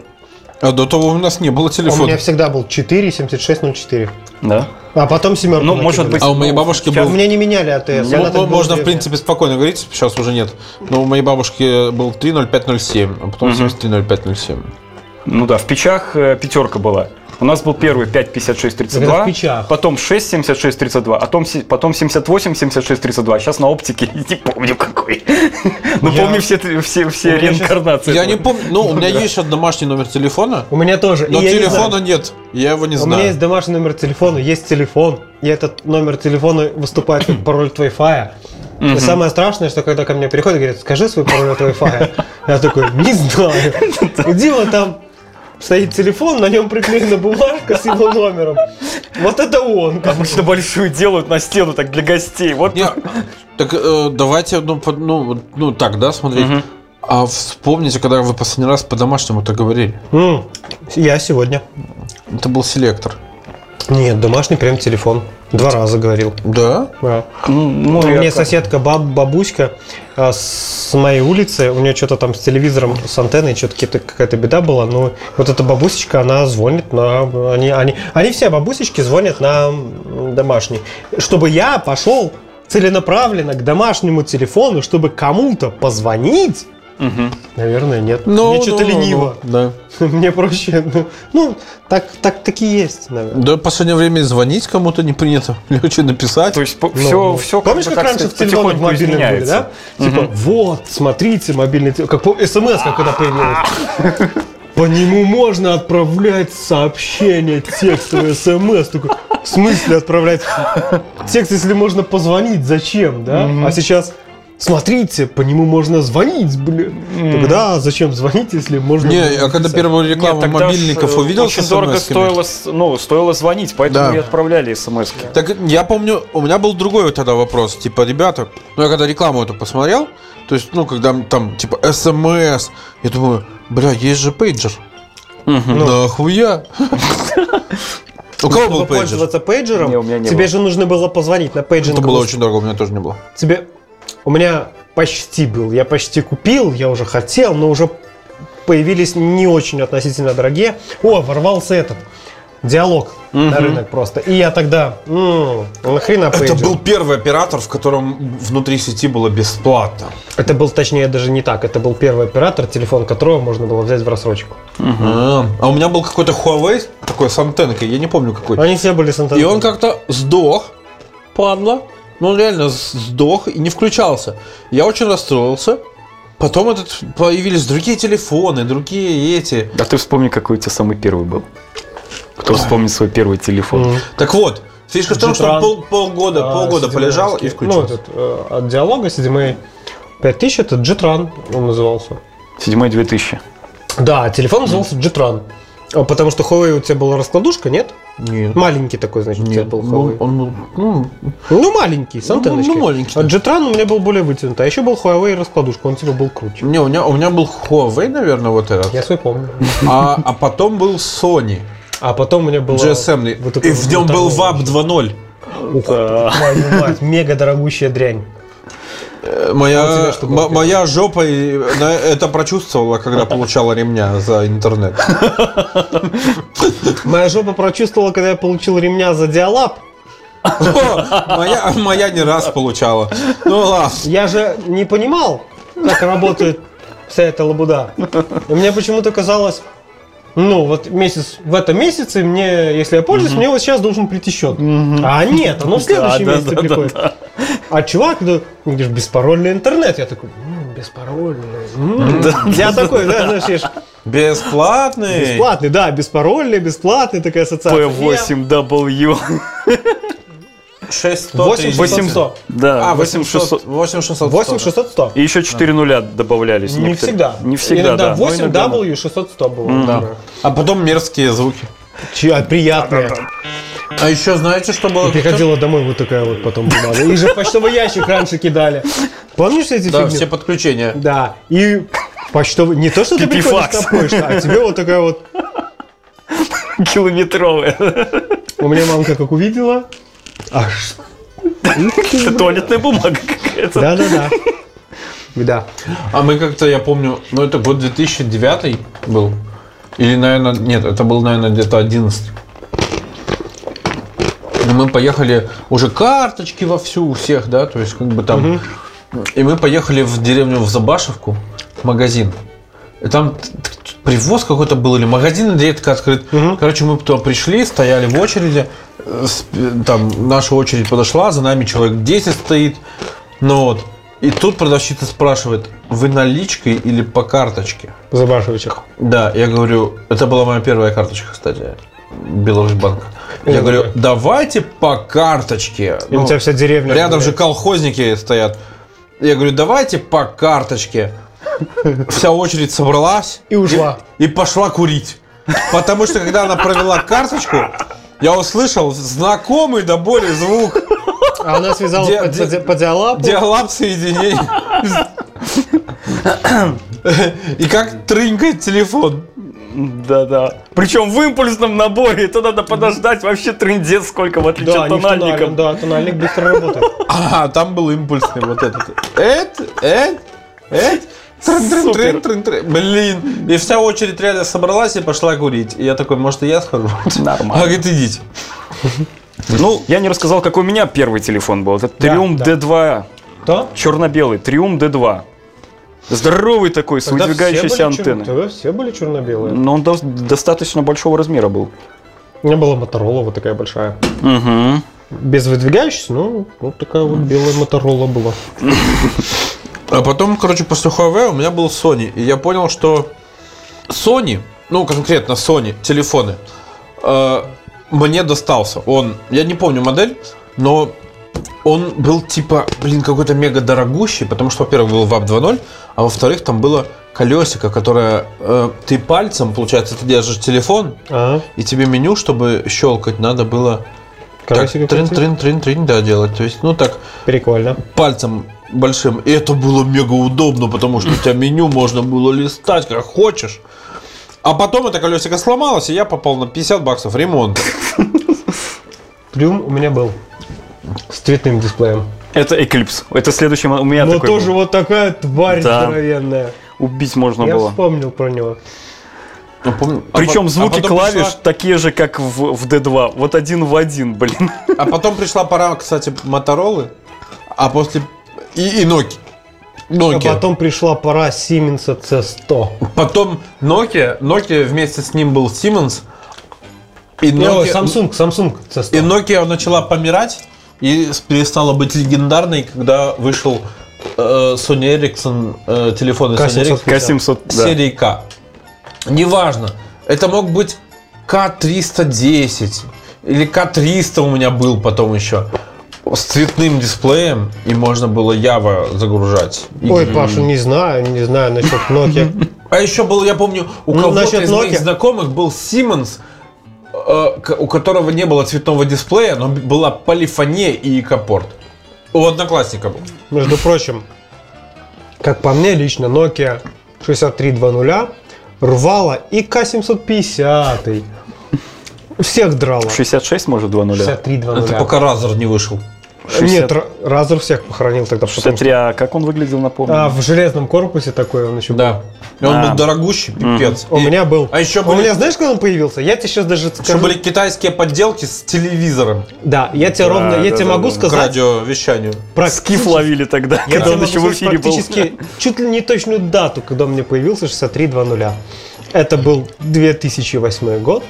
[SPEAKER 4] А до того у нас не было
[SPEAKER 3] У меня
[SPEAKER 4] телефона.
[SPEAKER 3] всегда был 4, 76, 04.
[SPEAKER 2] Да?
[SPEAKER 3] ну, А потом семерку.
[SPEAKER 2] Ну, может
[SPEAKER 3] накидывали.
[SPEAKER 2] быть...
[SPEAKER 4] А у моей бабушки
[SPEAKER 2] сейчас-
[SPEAKER 4] был-
[SPEAKER 3] У меня не меняли АТС.
[SPEAKER 4] Ну,
[SPEAKER 3] она так была
[SPEAKER 4] можно, в
[SPEAKER 3] древняя.
[SPEAKER 4] принципе, спокойно говорить, сейчас уже нет. Но у моей бабушки был 30507, а потом 730507.
[SPEAKER 2] Ну да, в печах э, пятерка была. У нас был первый 5,56,32,
[SPEAKER 3] Это в печах.
[SPEAKER 2] потом 6,76,32, потом, а се- потом 78,76,32. Сейчас а на *laughs* оптике не помню какой. Ну
[SPEAKER 3] Я-
[SPEAKER 2] помню все, три- все,
[SPEAKER 3] У
[SPEAKER 2] все
[SPEAKER 3] меня щас-
[SPEAKER 2] реинкарнации.
[SPEAKER 4] Я не помню, ну,
[SPEAKER 3] *laughs*
[SPEAKER 4] у меня есть сейчас домашний номер телефона,
[SPEAKER 3] У меня тоже.
[SPEAKER 4] но
[SPEAKER 3] И я не
[SPEAKER 4] телефона
[SPEAKER 3] знаю.
[SPEAKER 4] нет, я его не
[SPEAKER 3] У меня есть
[SPEAKER 4] знаю.
[SPEAKER 3] домашний номер телефона, есть телефон, и этот номер телефона выступает как пароль от Wi-Fi. И самое страшное, что когда ко мне приходят, говорят, скажи свой пароль от Wi-Fi. Я такой, не знаю. У Димы там стоит телефон, на нем приклеена бумажка с его номером. Вот это он.
[SPEAKER 2] Обычно большую делают на стену так для гостей. Вот
[SPEAKER 4] Не, Так э, давайте, ну, под- ну, вот, ну, так, да, смотреть. А вспомните, когда вы последний раз по-домашнему это говорили.
[SPEAKER 3] М, Я сегодня.
[SPEAKER 4] Это был селектор.
[SPEAKER 3] Нет, домашний прям телефон. Два раза говорил.
[SPEAKER 4] Да?
[SPEAKER 3] Да.
[SPEAKER 2] ну,
[SPEAKER 3] У
[SPEAKER 2] я
[SPEAKER 3] меня
[SPEAKER 2] как-
[SPEAKER 3] соседка, баб, бабуська а, с моей улицы, у нее что-то там с телевизором, с антенной, что-то какие-то- какая-то беда была, но вот эта бабусечка, она звонит на... Они, они, они все бабусечки звонят на м, домашний. Чтобы я пошел целенаправленно к домашнему телефону, чтобы кому-то позвонить, наверное, нет.
[SPEAKER 4] Ну,
[SPEAKER 3] Мне что-то лениво.
[SPEAKER 4] Да.
[SPEAKER 3] *laughs* Мне проще... Ну, ну, так, так, таки есть, наверное.
[SPEAKER 4] Да, в последнее время и звонить кому-то не принято. *laughs* Легче написать.
[SPEAKER 2] То есть по-
[SPEAKER 3] Ну,
[SPEAKER 2] все,
[SPEAKER 3] ну.
[SPEAKER 2] все
[SPEAKER 3] Помнишь, как, раньше в телефонах мобильных были, да? Типа, вот, смотрите, мобильный телефон. Как по смс, как когда появилось. По нему можно отправлять сообщение, текстовое смс. Такой, в смысле отправлять текст, если можно позвонить? Зачем, да? А сейчас Смотрите, по нему можно звонить, блин. Тогда зачем звонить, если можно...
[SPEAKER 4] Не, а когда первую рекламу мобильников увидел
[SPEAKER 2] э, очень
[SPEAKER 4] с
[SPEAKER 2] дорого
[SPEAKER 4] SMS -ками,
[SPEAKER 2] стоило, с- ну, стоило звонить, поэтому
[SPEAKER 4] Да.
[SPEAKER 2] и отправляли смс -ки.
[SPEAKER 4] Так я помню, у меня был другой вот тогда вопрос. Типа, ребята, ну я когда рекламу эту посмотрел, то есть, ну, когда там, типа, смс, я думаю, бля, есть же пейджер.
[SPEAKER 2] *laughs*
[SPEAKER 4] Нахуя? У кого был
[SPEAKER 3] Чтобы
[SPEAKER 4] пейджер?
[SPEAKER 3] пользоваться пейджером,
[SPEAKER 2] Не, у меня не
[SPEAKER 3] тебе
[SPEAKER 2] было.
[SPEAKER 3] же нужно было позвонить на пейджинг.
[SPEAKER 4] Это было очень дорого, у меня тоже не было.
[SPEAKER 3] тебе... У меня почти был, я почти купил, я уже хотел, но уже появились не очень относительно дорогие. О, ворвался этот диалог на рынок просто. И я тогда, м, нахрена
[SPEAKER 4] Это
[SPEAKER 3] пейджер?
[SPEAKER 4] был первый оператор, в котором внутри сети было бесплатно.
[SPEAKER 3] Это был, точнее, даже не так. Это был первый оператор, телефон которого можно было взять в рассрочку.
[SPEAKER 4] А, А у меня был какой-то Huawei, такой с антенкой, я не помню какой.
[SPEAKER 3] Они все были с Антоном.
[SPEAKER 4] И он как-то сдох, падла. Ну, он реально с- сдох и не включался. Я очень расстроился. Потом этот, появились другие телефоны, другие эти.
[SPEAKER 2] А ты вспомни, какой у тебя самый первый был. Кто вспомнит свой первый телефон?
[SPEAKER 4] Так вот, фишка в том, что он
[SPEAKER 3] Джитран.
[SPEAKER 4] пол- полгода,
[SPEAKER 3] А,
[SPEAKER 4] полгода
[SPEAKER 3] CDMA
[SPEAKER 4] полежал и
[SPEAKER 3] русский. Ну,
[SPEAKER 4] включился.
[SPEAKER 3] этот, э, от диалога CDMA 5000, это Джитран он назывался.
[SPEAKER 2] Седьмой 2000.
[SPEAKER 3] Да, телефон назывался Джитран. А Потому что Huawei у тебя была раскладушка, нет?
[SPEAKER 4] Нет.
[SPEAKER 3] Маленький такой, значит, у тебя
[SPEAKER 4] Нет,
[SPEAKER 3] был
[SPEAKER 4] ну,
[SPEAKER 3] Huawei.
[SPEAKER 4] он был, ну,
[SPEAKER 3] Ну, маленький, с
[SPEAKER 4] Ну,
[SPEAKER 3] антенночкой.
[SPEAKER 4] ну, маленький,
[SPEAKER 3] А
[SPEAKER 4] да.
[SPEAKER 3] Джетран у меня был более вытянутый. А еще был Huawei раскладушка, он типа был круче.
[SPEAKER 4] не, у меня, у меня был Huawei, наверное, вот этот.
[SPEAKER 3] Я свой помню.
[SPEAKER 4] А, а потом был Sony
[SPEAKER 3] А потом у меня был...
[SPEAKER 4] GSM. и в нем был VAP 2.0.
[SPEAKER 3] Твою мать, мега дорогущая дрянь.
[SPEAKER 4] Э,
[SPEAKER 3] А у
[SPEAKER 4] Моя,
[SPEAKER 3] тебя что было
[SPEAKER 4] мо-
[SPEAKER 3] первое?
[SPEAKER 4] моя жопа и- на- это прочувствовала, когда получала ремня за *laughs* интернет.
[SPEAKER 3] Моя жопа прочувствовала, когда я получил ремня за диалаб.
[SPEAKER 4] О, Моя, моя не раз получала. Ну ладно.
[SPEAKER 3] Я же не понимал, как работает вся эта лабуда. И мне почему-то казалось, ну вот месяц в этом месяце мне, если я пользуюсь, мне вот сейчас должен прийти счет. А нет, оно в следующем
[SPEAKER 2] да,
[SPEAKER 3] месяце
[SPEAKER 2] да, да,
[SPEAKER 3] приходит. А чувак, ну, говоришь, беспарольный интернет. Я такой, «М, беспарольный. м». Я такой, да, знаешь, я ж
[SPEAKER 4] Бесплатный.
[SPEAKER 3] бесплатный, да, беспарольный, бесплатный, такая ассоциация.
[SPEAKER 2] P8W.
[SPEAKER 4] 600
[SPEAKER 3] 8
[SPEAKER 4] тысяч.
[SPEAKER 3] 800.
[SPEAKER 2] Да,
[SPEAKER 4] А, 8600. 8600.
[SPEAKER 3] 8 600 100.
[SPEAKER 2] И еще 4 нуля добавлялись.
[SPEAKER 3] Не
[SPEAKER 2] некоторые.
[SPEAKER 3] всегда.
[SPEAKER 2] Не всегда,
[SPEAKER 3] Иногда
[SPEAKER 2] да. Но
[SPEAKER 3] 8
[SPEAKER 2] иногда, да.
[SPEAKER 3] W 600 100 было.
[SPEAKER 4] Да. А потом мерзкие звуки.
[SPEAKER 3] Чья приятная.
[SPEAKER 4] А еще знаете, что было?
[SPEAKER 3] Приходила домой вот такая вот потом бумага. И же в почтовый ящик раньше кидали. Помнишь эти
[SPEAKER 4] Да,
[SPEAKER 3] фигни?
[SPEAKER 4] все подключения.
[SPEAKER 3] Да. И почтовый... Не то, что ты приходишь
[SPEAKER 2] Пипифакс.
[SPEAKER 3] на почту, а тебе вот такая вот...
[SPEAKER 2] Километровые.
[SPEAKER 3] У меня мамка как увидела. Аж...
[SPEAKER 2] Это туалетная бумага какая-то.
[SPEAKER 3] Да-да-да. Да.
[SPEAKER 4] А мы как-то, я помню, ну это год 2009 был. Или, наверное, нет, это был, наверное, где-то 11. И мы поехали, уже карточки вовсю у всех, да, то есть как бы там. И мы поехали в деревню в Забашевку, в магазин. И там т- т- привоз какой-то был, или магазин редко открыт. Короче, мы туда пришли, стояли в очереди. э, с- э, Там наша очередь подошла, за нами человек 10 стоит. Ну вот. И тут продавщица спрашивает, вы наличкой или по карточке?
[SPEAKER 3] Забашевичах.
[SPEAKER 4] Да, я говорю, это была моя первая карточка, кстати, Беларусьбанка. Я
[SPEAKER 3] О,
[SPEAKER 4] говорю,
[SPEAKER 3] да.
[SPEAKER 4] давайте по карточке.
[SPEAKER 3] И у
[SPEAKER 4] Ну,
[SPEAKER 3] тебя вся деревня...
[SPEAKER 4] Рядом же колхозники стоят. Я говорю, давайте по карточке. Вся очередь собралась
[SPEAKER 3] И ушла.
[SPEAKER 4] и пошла курить. Потому что, когда она провела карточку, я услышал знакомый до боли звук
[SPEAKER 3] А она связала
[SPEAKER 4] Ди-
[SPEAKER 3] по-
[SPEAKER 4] ди-
[SPEAKER 3] по ди- по диалапу.
[SPEAKER 4] диалаб соединений. И как трынькает телефон.
[SPEAKER 2] Да-да. Причем в импульсном наборе. Это надо подождать вообще трындец сколько, в отличие
[SPEAKER 3] Да,
[SPEAKER 2] от
[SPEAKER 3] не в
[SPEAKER 2] тональника.
[SPEAKER 3] тональном, да, тональник быстро работает.
[SPEAKER 4] А, там был импульсный вот этот. Эт, эт, эт. Трын, трын,
[SPEAKER 2] Супер.
[SPEAKER 4] трын, трын, трын. Блин. И вся очередь реально собралась и пошла курить. И я такой, может, и я схожу? А
[SPEAKER 2] Нормально.
[SPEAKER 4] говорит, идите.
[SPEAKER 2] Ну, я не рассказал, какой у меня первый телефон был. Это
[SPEAKER 3] Да,
[SPEAKER 2] Триум
[SPEAKER 3] да.
[SPEAKER 2] D2.
[SPEAKER 3] Да?
[SPEAKER 2] Черно-белый. Триум D2. Здоровый такой, с
[SPEAKER 3] Тогда все
[SPEAKER 2] выдвигающейся
[SPEAKER 3] были чер-
[SPEAKER 2] антенной.
[SPEAKER 3] Тогда все были черно-белые.
[SPEAKER 2] Но он дос- достаточно большого размера был.
[SPEAKER 3] У меня была Моторола вот такая большая.
[SPEAKER 2] Угу.
[SPEAKER 3] Без выдвигающейся, ну, вот такая вот белая Моторола была.
[SPEAKER 4] А потом, короче, после Huawei у меня был Sony. И я понял, что Sony, ну, конкретно Sony, телефоны, э, мне достался. Он, я не помню модель, но он был типа, блин, какой-то мега дорогущий, потому что, во-первых, был VAP 2.0, а во-вторых, там было колесико, которое э, ты пальцем, получается, ты держишь телефон,
[SPEAKER 3] А,
[SPEAKER 4] и тебе меню, чтобы щелкать, надо было так,
[SPEAKER 3] колесико крутить?
[SPEAKER 4] трин-трин-трин-трин, да, делать. То есть, ну так,
[SPEAKER 3] Прикольно.
[SPEAKER 4] пальцем большим. И это было мега удобно, потому что у тебя меню можно было листать как хочешь. А потом это колесико сломалось, и я попал на 50 баксов ремонт.
[SPEAKER 3] Трюм у меня был. С цветным дисплеем.
[SPEAKER 2] Это Eclipse. Это следующий мо- у меня
[SPEAKER 3] Но
[SPEAKER 2] такой
[SPEAKER 3] Ну, тоже
[SPEAKER 2] был.
[SPEAKER 3] вот такая тварь
[SPEAKER 2] Да.
[SPEAKER 3] здоровенная.
[SPEAKER 2] убить можно
[SPEAKER 3] Я а
[SPEAKER 2] было.
[SPEAKER 3] вспомнил про него.
[SPEAKER 4] А
[SPEAKER 2] Причем звуки клавиш
[SPEAKER 4] клавиш.
[SPEAKER 2] такие же, как в, в D2. Вот один в
[SPEAKER 3] *laughs*
[SPEAKER 2] один, блин.
[SPEAKER 4] А потом пришла пора, кстати, Моторолы, а после и, и Nokia.
[SPEAKER 3] А
[SPEAKER 4] Nokia.
[SPEAKER 3] потом пришла пора Сименса C100.
[SPEAKER 4] Потом Nokia, Nokia вместе с ним был Siemens. И
[SPEAKER 3] Ой,
[SPEAKER 4] Nokia,
[SPEAKER 3] Samsung, Samsung C100.
[SPEAKER 4] и
[SPEAKER 2] ну-
[SPEAKER 4] Nokia начала помирать и с- перестала быть легендарной, когда вышел э, Sony Ericsson, э, телефоны Sony Ericsson
[SPEAKER 3] К700.
[SPEAKER 2] К-700, да.
[SPEAKER 4] серии К. Неважно, это мог быть К310 или К300 у меня был потом еще с цветным дисплеем и можно было Java загружать.
[SPEAKER 3] Ой,
[SPEAKER 4] игры.
[SPEAKER 3] Паша, не знаю, не знаю насчет Nokia.
[SPEAKER 4] А еще был, я помню, у
[SPEAKER 3] Ну,
[SPEAKER 4] кого-то
[SPEAKER 3] насчет
[SPEAKER 4] из моих
[SPEAKER 3] Nokia.
[SPEAKER 4] знакомых был Siemens, э, к- у которого не было цветного дисплея, но была полифония и икопорт. У одноклассника был.
[SPEAKER 3] Между прочим, как по мне лично, Nokia 6320 рвала и К750. Всех драла.
[SPEAKER 2] 66, может, 2 нуля?
[SPEAKER 3] 6320.
[SPEAKER 4] Это пока Razer не вышел.
[SPEAKER 3] Нет, Ра- Разер всех похоронил тогда. потому что-
[SPEAKER 2] 63, а как он выглядел, напомню?
[SPEAKER 3] А в железном корпусе такой он еще был.
[SPEAKER 4] Да. И он
[SPEAKER 2] А.
[SPEAKER 4] был дорогущий, пипец.
[SPEAKER 3] У
[SPEAKER 4] И-
[SPEAKER 3] меня был.
[SPEAKER 4] А еще
[SPEAKER 3] А
[SPEAKER 4] были-
[SPEAKER 3] У меня знаешь, когда он появился? Я тебе сейчас даже
[SPEAKER 4] Еще
[SPEAKER 3] скажу.
[SPEAKER 4] были китайские подделки с телевизором
[SPEAKER 3] Да, я тебе
[SPEAKER 2] Да,
[SPEAKER 3] ровно, я
[SPEAKER 2] да,
[SPEAKER 3] тебе
[SPEAKER 2] да,
[SPEAKER 3] могу
[SPEAKER 2] да.
[SPEAKER 4] к
[SPEAKER 3] сказать
[SPEAKER 4] радиовещанию.
[SPEAKER 3] про
[SPEAKER 2] Скиф ловили тогда,
[SPEAKER 3] Я
[SPEAKER 2] когда
[SPEAKER 3] тебе
[SPEAKER 2] он
[SPEAKER 3] могу
[SPEAKER 2] еще в
[SPEAKER 3] сказать
[SPEAKER 2] эфире был.
[SPEAKER 3] практически чуть ли не точную дату, когда у меня появился 6320. Это был 2008 год.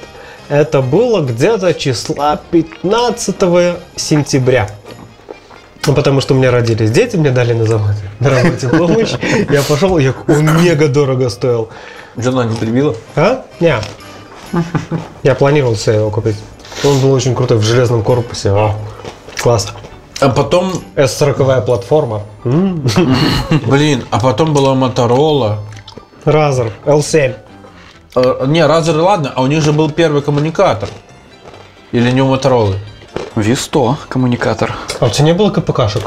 [SPEAKER 3] Это было где-то числа 15 сентября. Ну, потому что у меня родились дети, мне дали на заводе на работе помощь. Я пошел, я, он мега дорого стоил.
[SPEAKER 4] Жена не прибила.
[SPEAKER 3] А? Не. Я планировал себе его купить. Он был очень крутой в железном корпусе. О, класс.
[SPEAKER 4] А потом,
[SPEAKER 3] S40 платформа.
[SPEAKER 4] блин, а потом была Моторола.
[SPEAKER 3] Razer L7.
[SPEAKER 4] Э, Не, Razer, ладно, а у них же был первый коммуникатор. Или не у Моторолы.
[SPEAKER 2] Висто, коммуникатор.
[SPEAKER 3] А у тебя не было КПКшек?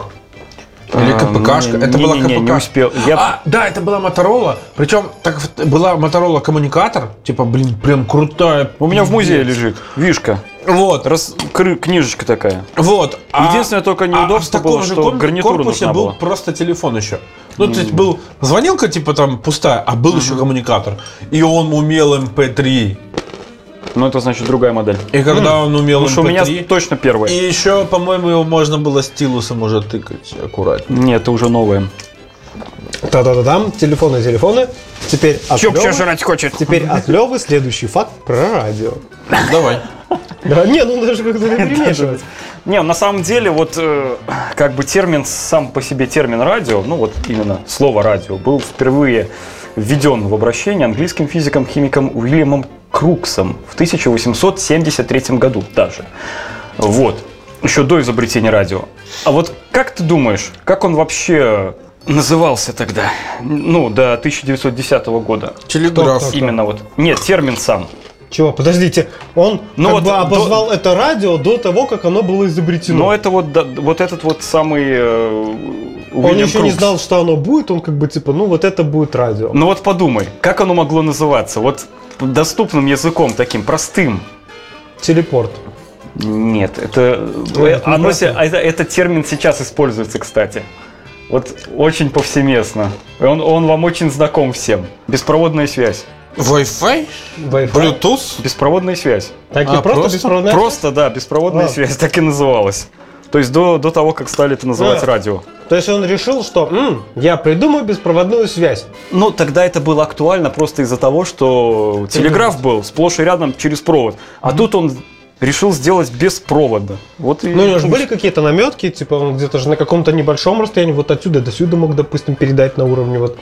[SPEAKER 4] Или КПКшка. Это была
[SPEAKER 2] А, Не, не
[SPEAKER 4] КПК.
[SPEAKER 2] успел. Я
[SPEAKER 4] А, да, это была Моторола. Причем так в- была Моторола коммуникатор. Типа, блин, прям крутая.
[SPEAKER 2] У меня в музее лежит вишка.
[SPEAKER 4] Вот,
[SPEAKER 2] Раз, кры- книжечка такая.
[SPEAKER 4] вот. А-
[SPEAKER 2] Единственное только неудобство
[SPEAKER 4] а в таком
[SPEAKER 2] было,
[SPEAKER 4] же
[SPEAKER 2] что
[SPEAKER 4] ком-
[SPEAKER 2] гарнитура
[SPEAKER 4] корпусе
[SPEAKER 2] нужна
[SPEAKER 4] был
[SPEAKER 2] была.
[SPEAKER 4] просто телефон еще. Ну, то есть был звонилка, типа там пустая, а был еще коммуникатор. И он умел MP3.
[SPEAKER 2] Но Ну, это значит другая модель.
[SPEAKER 4] И когда он умел
[SPEAKER 2] Потому что у меня
[SPEAKER 4] MP3,
[SPEAKER 2] точно первая.
[SPEAKER 4] и еще, по-моему, его можно было стилусом уже тыкать аккуратно.
[SPEAKER 2] Нет, это уже новая.
[SPEAKER 3] Та-да-да-дам, телефоны, телефоны. Теперь от Лёвы-
[SPEAKER 2] хочет?
[SPEAKER 3] Теперь от Левы следующий факт про радио.
[SPEAKER 4] *laughs* Давай.
[SPEAKER 3] Да, не, ну даже как-то
[SPEAKER 2] *laughs*
[SPEAKER 3] не перемешивать.
[SPEAKER 2] Не, на самом деле, вот э, как бы термин, сам по себе термин радио, ну вот именно слово радио, был впервые введен в обращение английским физиком-химиком Уильямом Круксом в 1873 году даже. Вот. Еще до изобретения радио. А вот как ты думаешь, как он вообще назывался тогда? Ну, до 1910 года.
[SPEAKER 4] Телеграф.
[SPEAKER 3] Кто-кто?
[SPEAKER 2] Именно вот. Нет, термин сам.
[SPEAKER 3] Чего, подождите, он
[SPEAKER 2] Ну
[SPEAKER 3] как
[SPEAKER 2] вот
[SPEAKER 3] бы
[SPEAKER 2] до-
[SPEAKER 3] обозвал это радио до того, как оно было изобретено.
[SPEAKER 2] Но это вот, да- вот этот вот самый э,
[SPEAKER 3] он
[SPEAKER 2] Уильям
[SPEAKER 3] еще не
[SPEAKER 2] Крукс.
[SPEAKER 3] знал, что оно будет, он как бы типа, ну вот это будет радио.
[SPEAKER 2] Ну вот подумай, как оно могло называться? Вот доступным языком таким, простым.
[SPEAKER 3] Телепорт.
[SPEAKER 2] Нет, это,
[SPEAKER 3] Ну, это
[SPEAKER 2] оно
[SPEAKER 3] непросто.
[SPEAKER 2] се- а это- этот термин сейчас используется, кстати. Вот очень повсеместно. И Он, он вам очень знаком всем. Беспроводная связь.
[SPEAKER 4] Wi-Fi?
[SPEAKER 3] Wi-Fi.
[SPEAKER 4] Bluetooth?
[SPEAKER 2] Беспроводная связь.
[SPEAKER 3] Так, и
[SPEAKER 4] А,
[SPEAKER 3] просто,
[SPEAKER 4] просто?
[SPEAKER 3] беспроводная-
[SPEAKER 2] Просто, да, беспроводная
[SPEAKER 3] А.
[SPEAKER 2] связь так и называлась. То есть до, до того, как стали это называть
[SPEAKER 3] А.
[SPEAKER 2] радио.
[SPEAKER 3] То есть он решил, что «М, я придумаю беспроводную связь.
[SPEAKER 2] Ну, тогда это было актуально просто из-за того, что телеграф был сплошь и рядом через провод. А тут он решил сделать беспроводно. Вот и...
[SPEAKER 3] Ну, у него же были какие-то наметки, типа он где-то же на каком-то небольшом расстоянии, вот отсюда до сюда мог, допустим, передать на уровне вот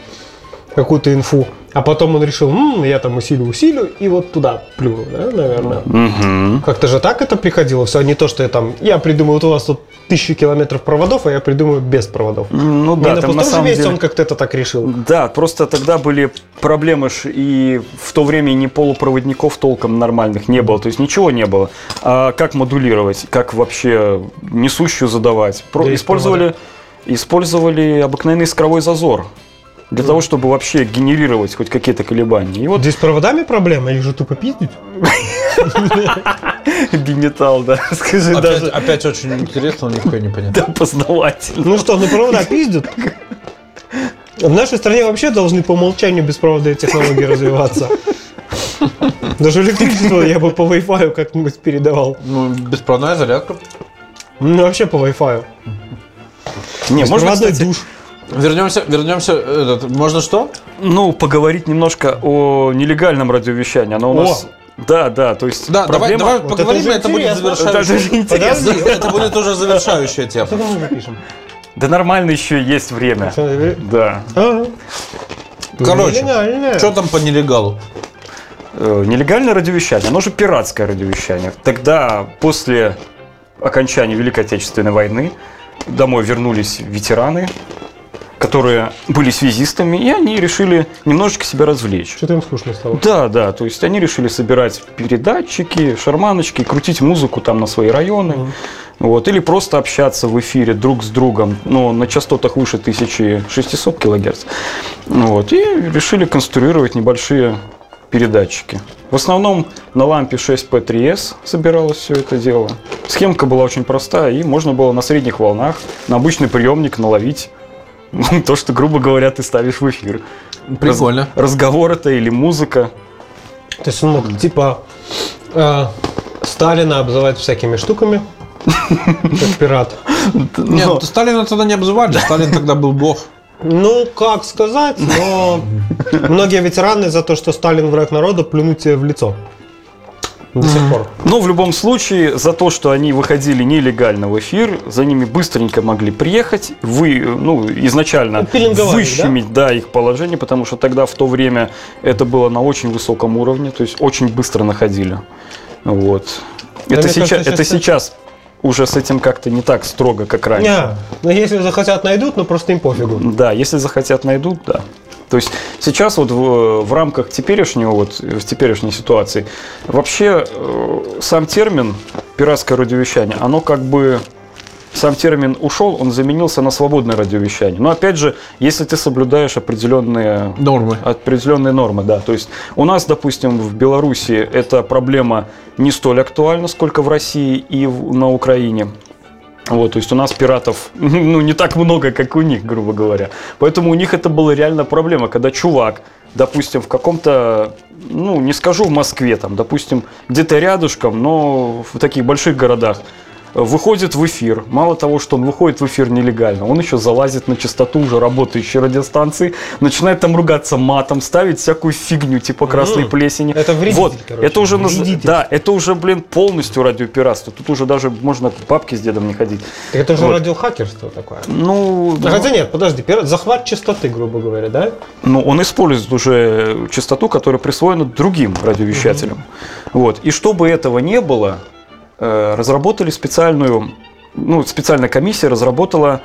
[SPEAKER 3] какую-то инфу. А потом он решил, «М, я там усилю, усилю, и вот туда плюну, да, наверное.
[SPEAKER 2] Мгм.
[SPEAKER 3] Как-то же так это приходило, все, не то, что я там, я придумаю, вот у вас тут тысячи километров проводов, а я придумаю без проводов.
[SPEAKER 2] Ну
[SPEAKER 3] не
[SPEAKER 2] да,
[SPEAKER 3] на
[SPEAKER 2] там
[SPEAKER 3] пустом
[SPEAKER 2] на
[SPEAKER 3] же
[SPEAKER 2] самом
[SPEAKER 3] месте
[SPEAKER 2] деле...
[SPEAKER 3] он как-то это так решил.
[SPEAKER 2] Да, просто тогда были проблемы ж и в то время ни полупроводников толком нормальных не было, то есть ничего не было. А как модулировать, как вообще несущую задавать? Про-
[SPEAKER 3] Да и
[SPEAKER 2] использовали, использовали обыкновенный искровой зазор для того, чтобы вообще генерировать хоть какие-то колебания. И вот
[SPEAKER 3] Здесь с проводами проблема, их же тупо
[SPEAKER 2] *laughs*
[SPEAKER 3] пиздить.
[SPEAKER 2] биметалл, да, скажи
[SPEAKER 4] Опять, *laughs*
[SPEAKER 2] даже.
[SPEAKER 4] опять очень интересно, но нихуя не понятно.
[SPEAKER 2] Да, познавательно.
[SPEAKER 3] Ну что, ну провода пиздят? В нашей стране вообще должны по умолчанию беспроводные технологии развиваться. Даже электричество я бы по Wi-Fi как-нибудь передавал.
[SPEAKER 4] Ну, беспроводная зарядка.
[SPEAKER 3] Ну, вообще по Wi-Fi.
[SPEAKER 2] Не, можно,
[SPEAKER 3] Беспроводной
[SPEAKER 2] кстати,
[SPEAKER 3] душ.
[SPEAKER 4] Вернемся, вернемся, этот, можно что?
[SPEAKER 2] ну, поговорить немножко о нелегальном радиовещании. Оно у
[SPEAKER 3] О!
[SPEAKER 2] нас... Да, *laughs* да, то есть
[SPEAKER 4] Да,
[SPEAKER 2] проблема...
[SPEAKER 4] давай, давай
[SPEAKER 3] Вот
[SPEAKER 4] поговорим,
[SPEAKER 3] это уже
[SPEAKER 4] это, будет
[SPEAKER 3] интересно.
[SPEAKER 2] Даже же
[SPEAKER 4] завершающая.
[SPEAKER 2] интересно.
[SPEAKER 4] Это, будет уже завершающая тема.
[SPEAKER 3] Что там мы запишем?
[SPEAKER 2] Да нормально еще есть время. Да.
[SPEAKER 3] А,
[SPEAKER 4] Короче,
[SPEAKER 3] нелегально.
[SPEAKER 4] что там по нелегалу?
[SPEAKER 2] Э, Нелегальное радиовещание, оно же пиратское радиовещание. Тогда, после окончания Великой Отечественной войны, домой вернулись ветераны, которые были связистами, и они решили немножечко себя развлечь.
[SPEAKER 3] Что-то им скучно стало.
[SPEAKER 2] Да, да, то есть они решили собирать передатчики, шарманочки, крутить музыку там на свои районы. Вот, или просто общаться в эфире друг с другом, но на частотах выше 1600 килогерц. Вот, и решили конструировать небольшие передатчики. В основном на лампе 6P3S собиралось все это дело. Схемка была очень простая, и можно было на средних волнах на обычный приемник наловить *laughs* то, что, грубо говоря, ты ставишь в эфир.
[SPEAKER 4] Прикольно.
[SPEAKER 2] Раз- разговор это или музыка.
[SPEAKER 3] То есть он мог типа э, Сталина обзывать всякими штуками. Как пират.
[SPEAKER 4] Нет, Сталина тогда не обзывали, Сталин тогда был бог.
[SPEAKER 3] Ну, как сказать, но многие ветераны за то, что Сталин враг народа, плюнуть тебе в лицо. До сих пор.
[SPEAKER 2] Но в любом случае, за то, что они выходили нелегально в эфир, за ними быстренько могли приехать, вы, ну, изначально
[SPEAKER 3] Пеленговали,
[SPEAKER 2] выщемить, да? их положение, потому что тогда, в то время, это было на очень высоком уровне, то есть очень быстро находили. Вот.
[SPEAKER 3] Да,
[SPEAKER 2] это
[SPEAKER 3] мне
[SPEAKER 2] сейчас,
[SPEAKER 3] кажется,
[SPEAKER 2] это
[SPEAKER 3] сейчас-
[SPEAKER 2] сейчас уже с этим как-то не так строго, как раньше.
[SPEAKER 3] Не, ну, если захотят, найдут, но просто им пофигу.
[SPEAKER 2] Да, если захотят, найдут, да. То есть сейчас вот в, в рамках теперешнего, вот в теперешней ситуации, вообще э, сам термин пиратское радиовещание, оно как бы сам термин ушел, он заменился на свободное радиовещание. Но опять же, если ты соблюдаешь определенные
[SPEAKER 4] Нормы.
[SPEAKER 2] определенные нормы, да. То есть у нас, допустим, в Беларуси эта проблема не столь актуальна, сколько в России и в- на Украине. Вот, то есть у нас пиратов *laughs* ну, не так много, как у них, грубо говоря. Поэтому у них это была реально проблема, когда чувак, допустим, в каком-то, ну, не скажу в Москве, там, допустим, где-то рядышком, но в таких больших городах, э, выходит в эфир. Мало того, что он выходит в эфир нелегально, он еще залазит на частоту уже работающей радиостанции, начинает там ругаться матом, ставить всякую фигню, типа красной
[SPEAKER 3] М,
[SPEAKER 2] плесени.
[SPEAKER 3] это вредитель,
[SPEAKER 2] вот,
[SPEAKER 3] короче,
[SPEAKER 2] это уже, наз-
[SPEAKER 3] вредитель.
[SPEAKER 2] да, это уже, блин, полностью радиопиратство. Тут уже даже можно к бабке с дедом не ходить.
[SPEAKER 3] Так это же
[SPEAKER 2] Вот.
[SPEAKER 3] радиохакерство такое.
[SPEAKER 2] Ну,
[SPEAKER 3] Да
[SPEAKER 2] ну,
[SPEAKER 3] Хотя нет, подожди, пират- захват частоты, грубо говоря, да?
[SPEAKER 2] ну, он использует уже частоту, которая присвоена другим радиовещателям. Вот. И чтобы этого не было, э, разработали специальную, ну, специальная комиссия разработала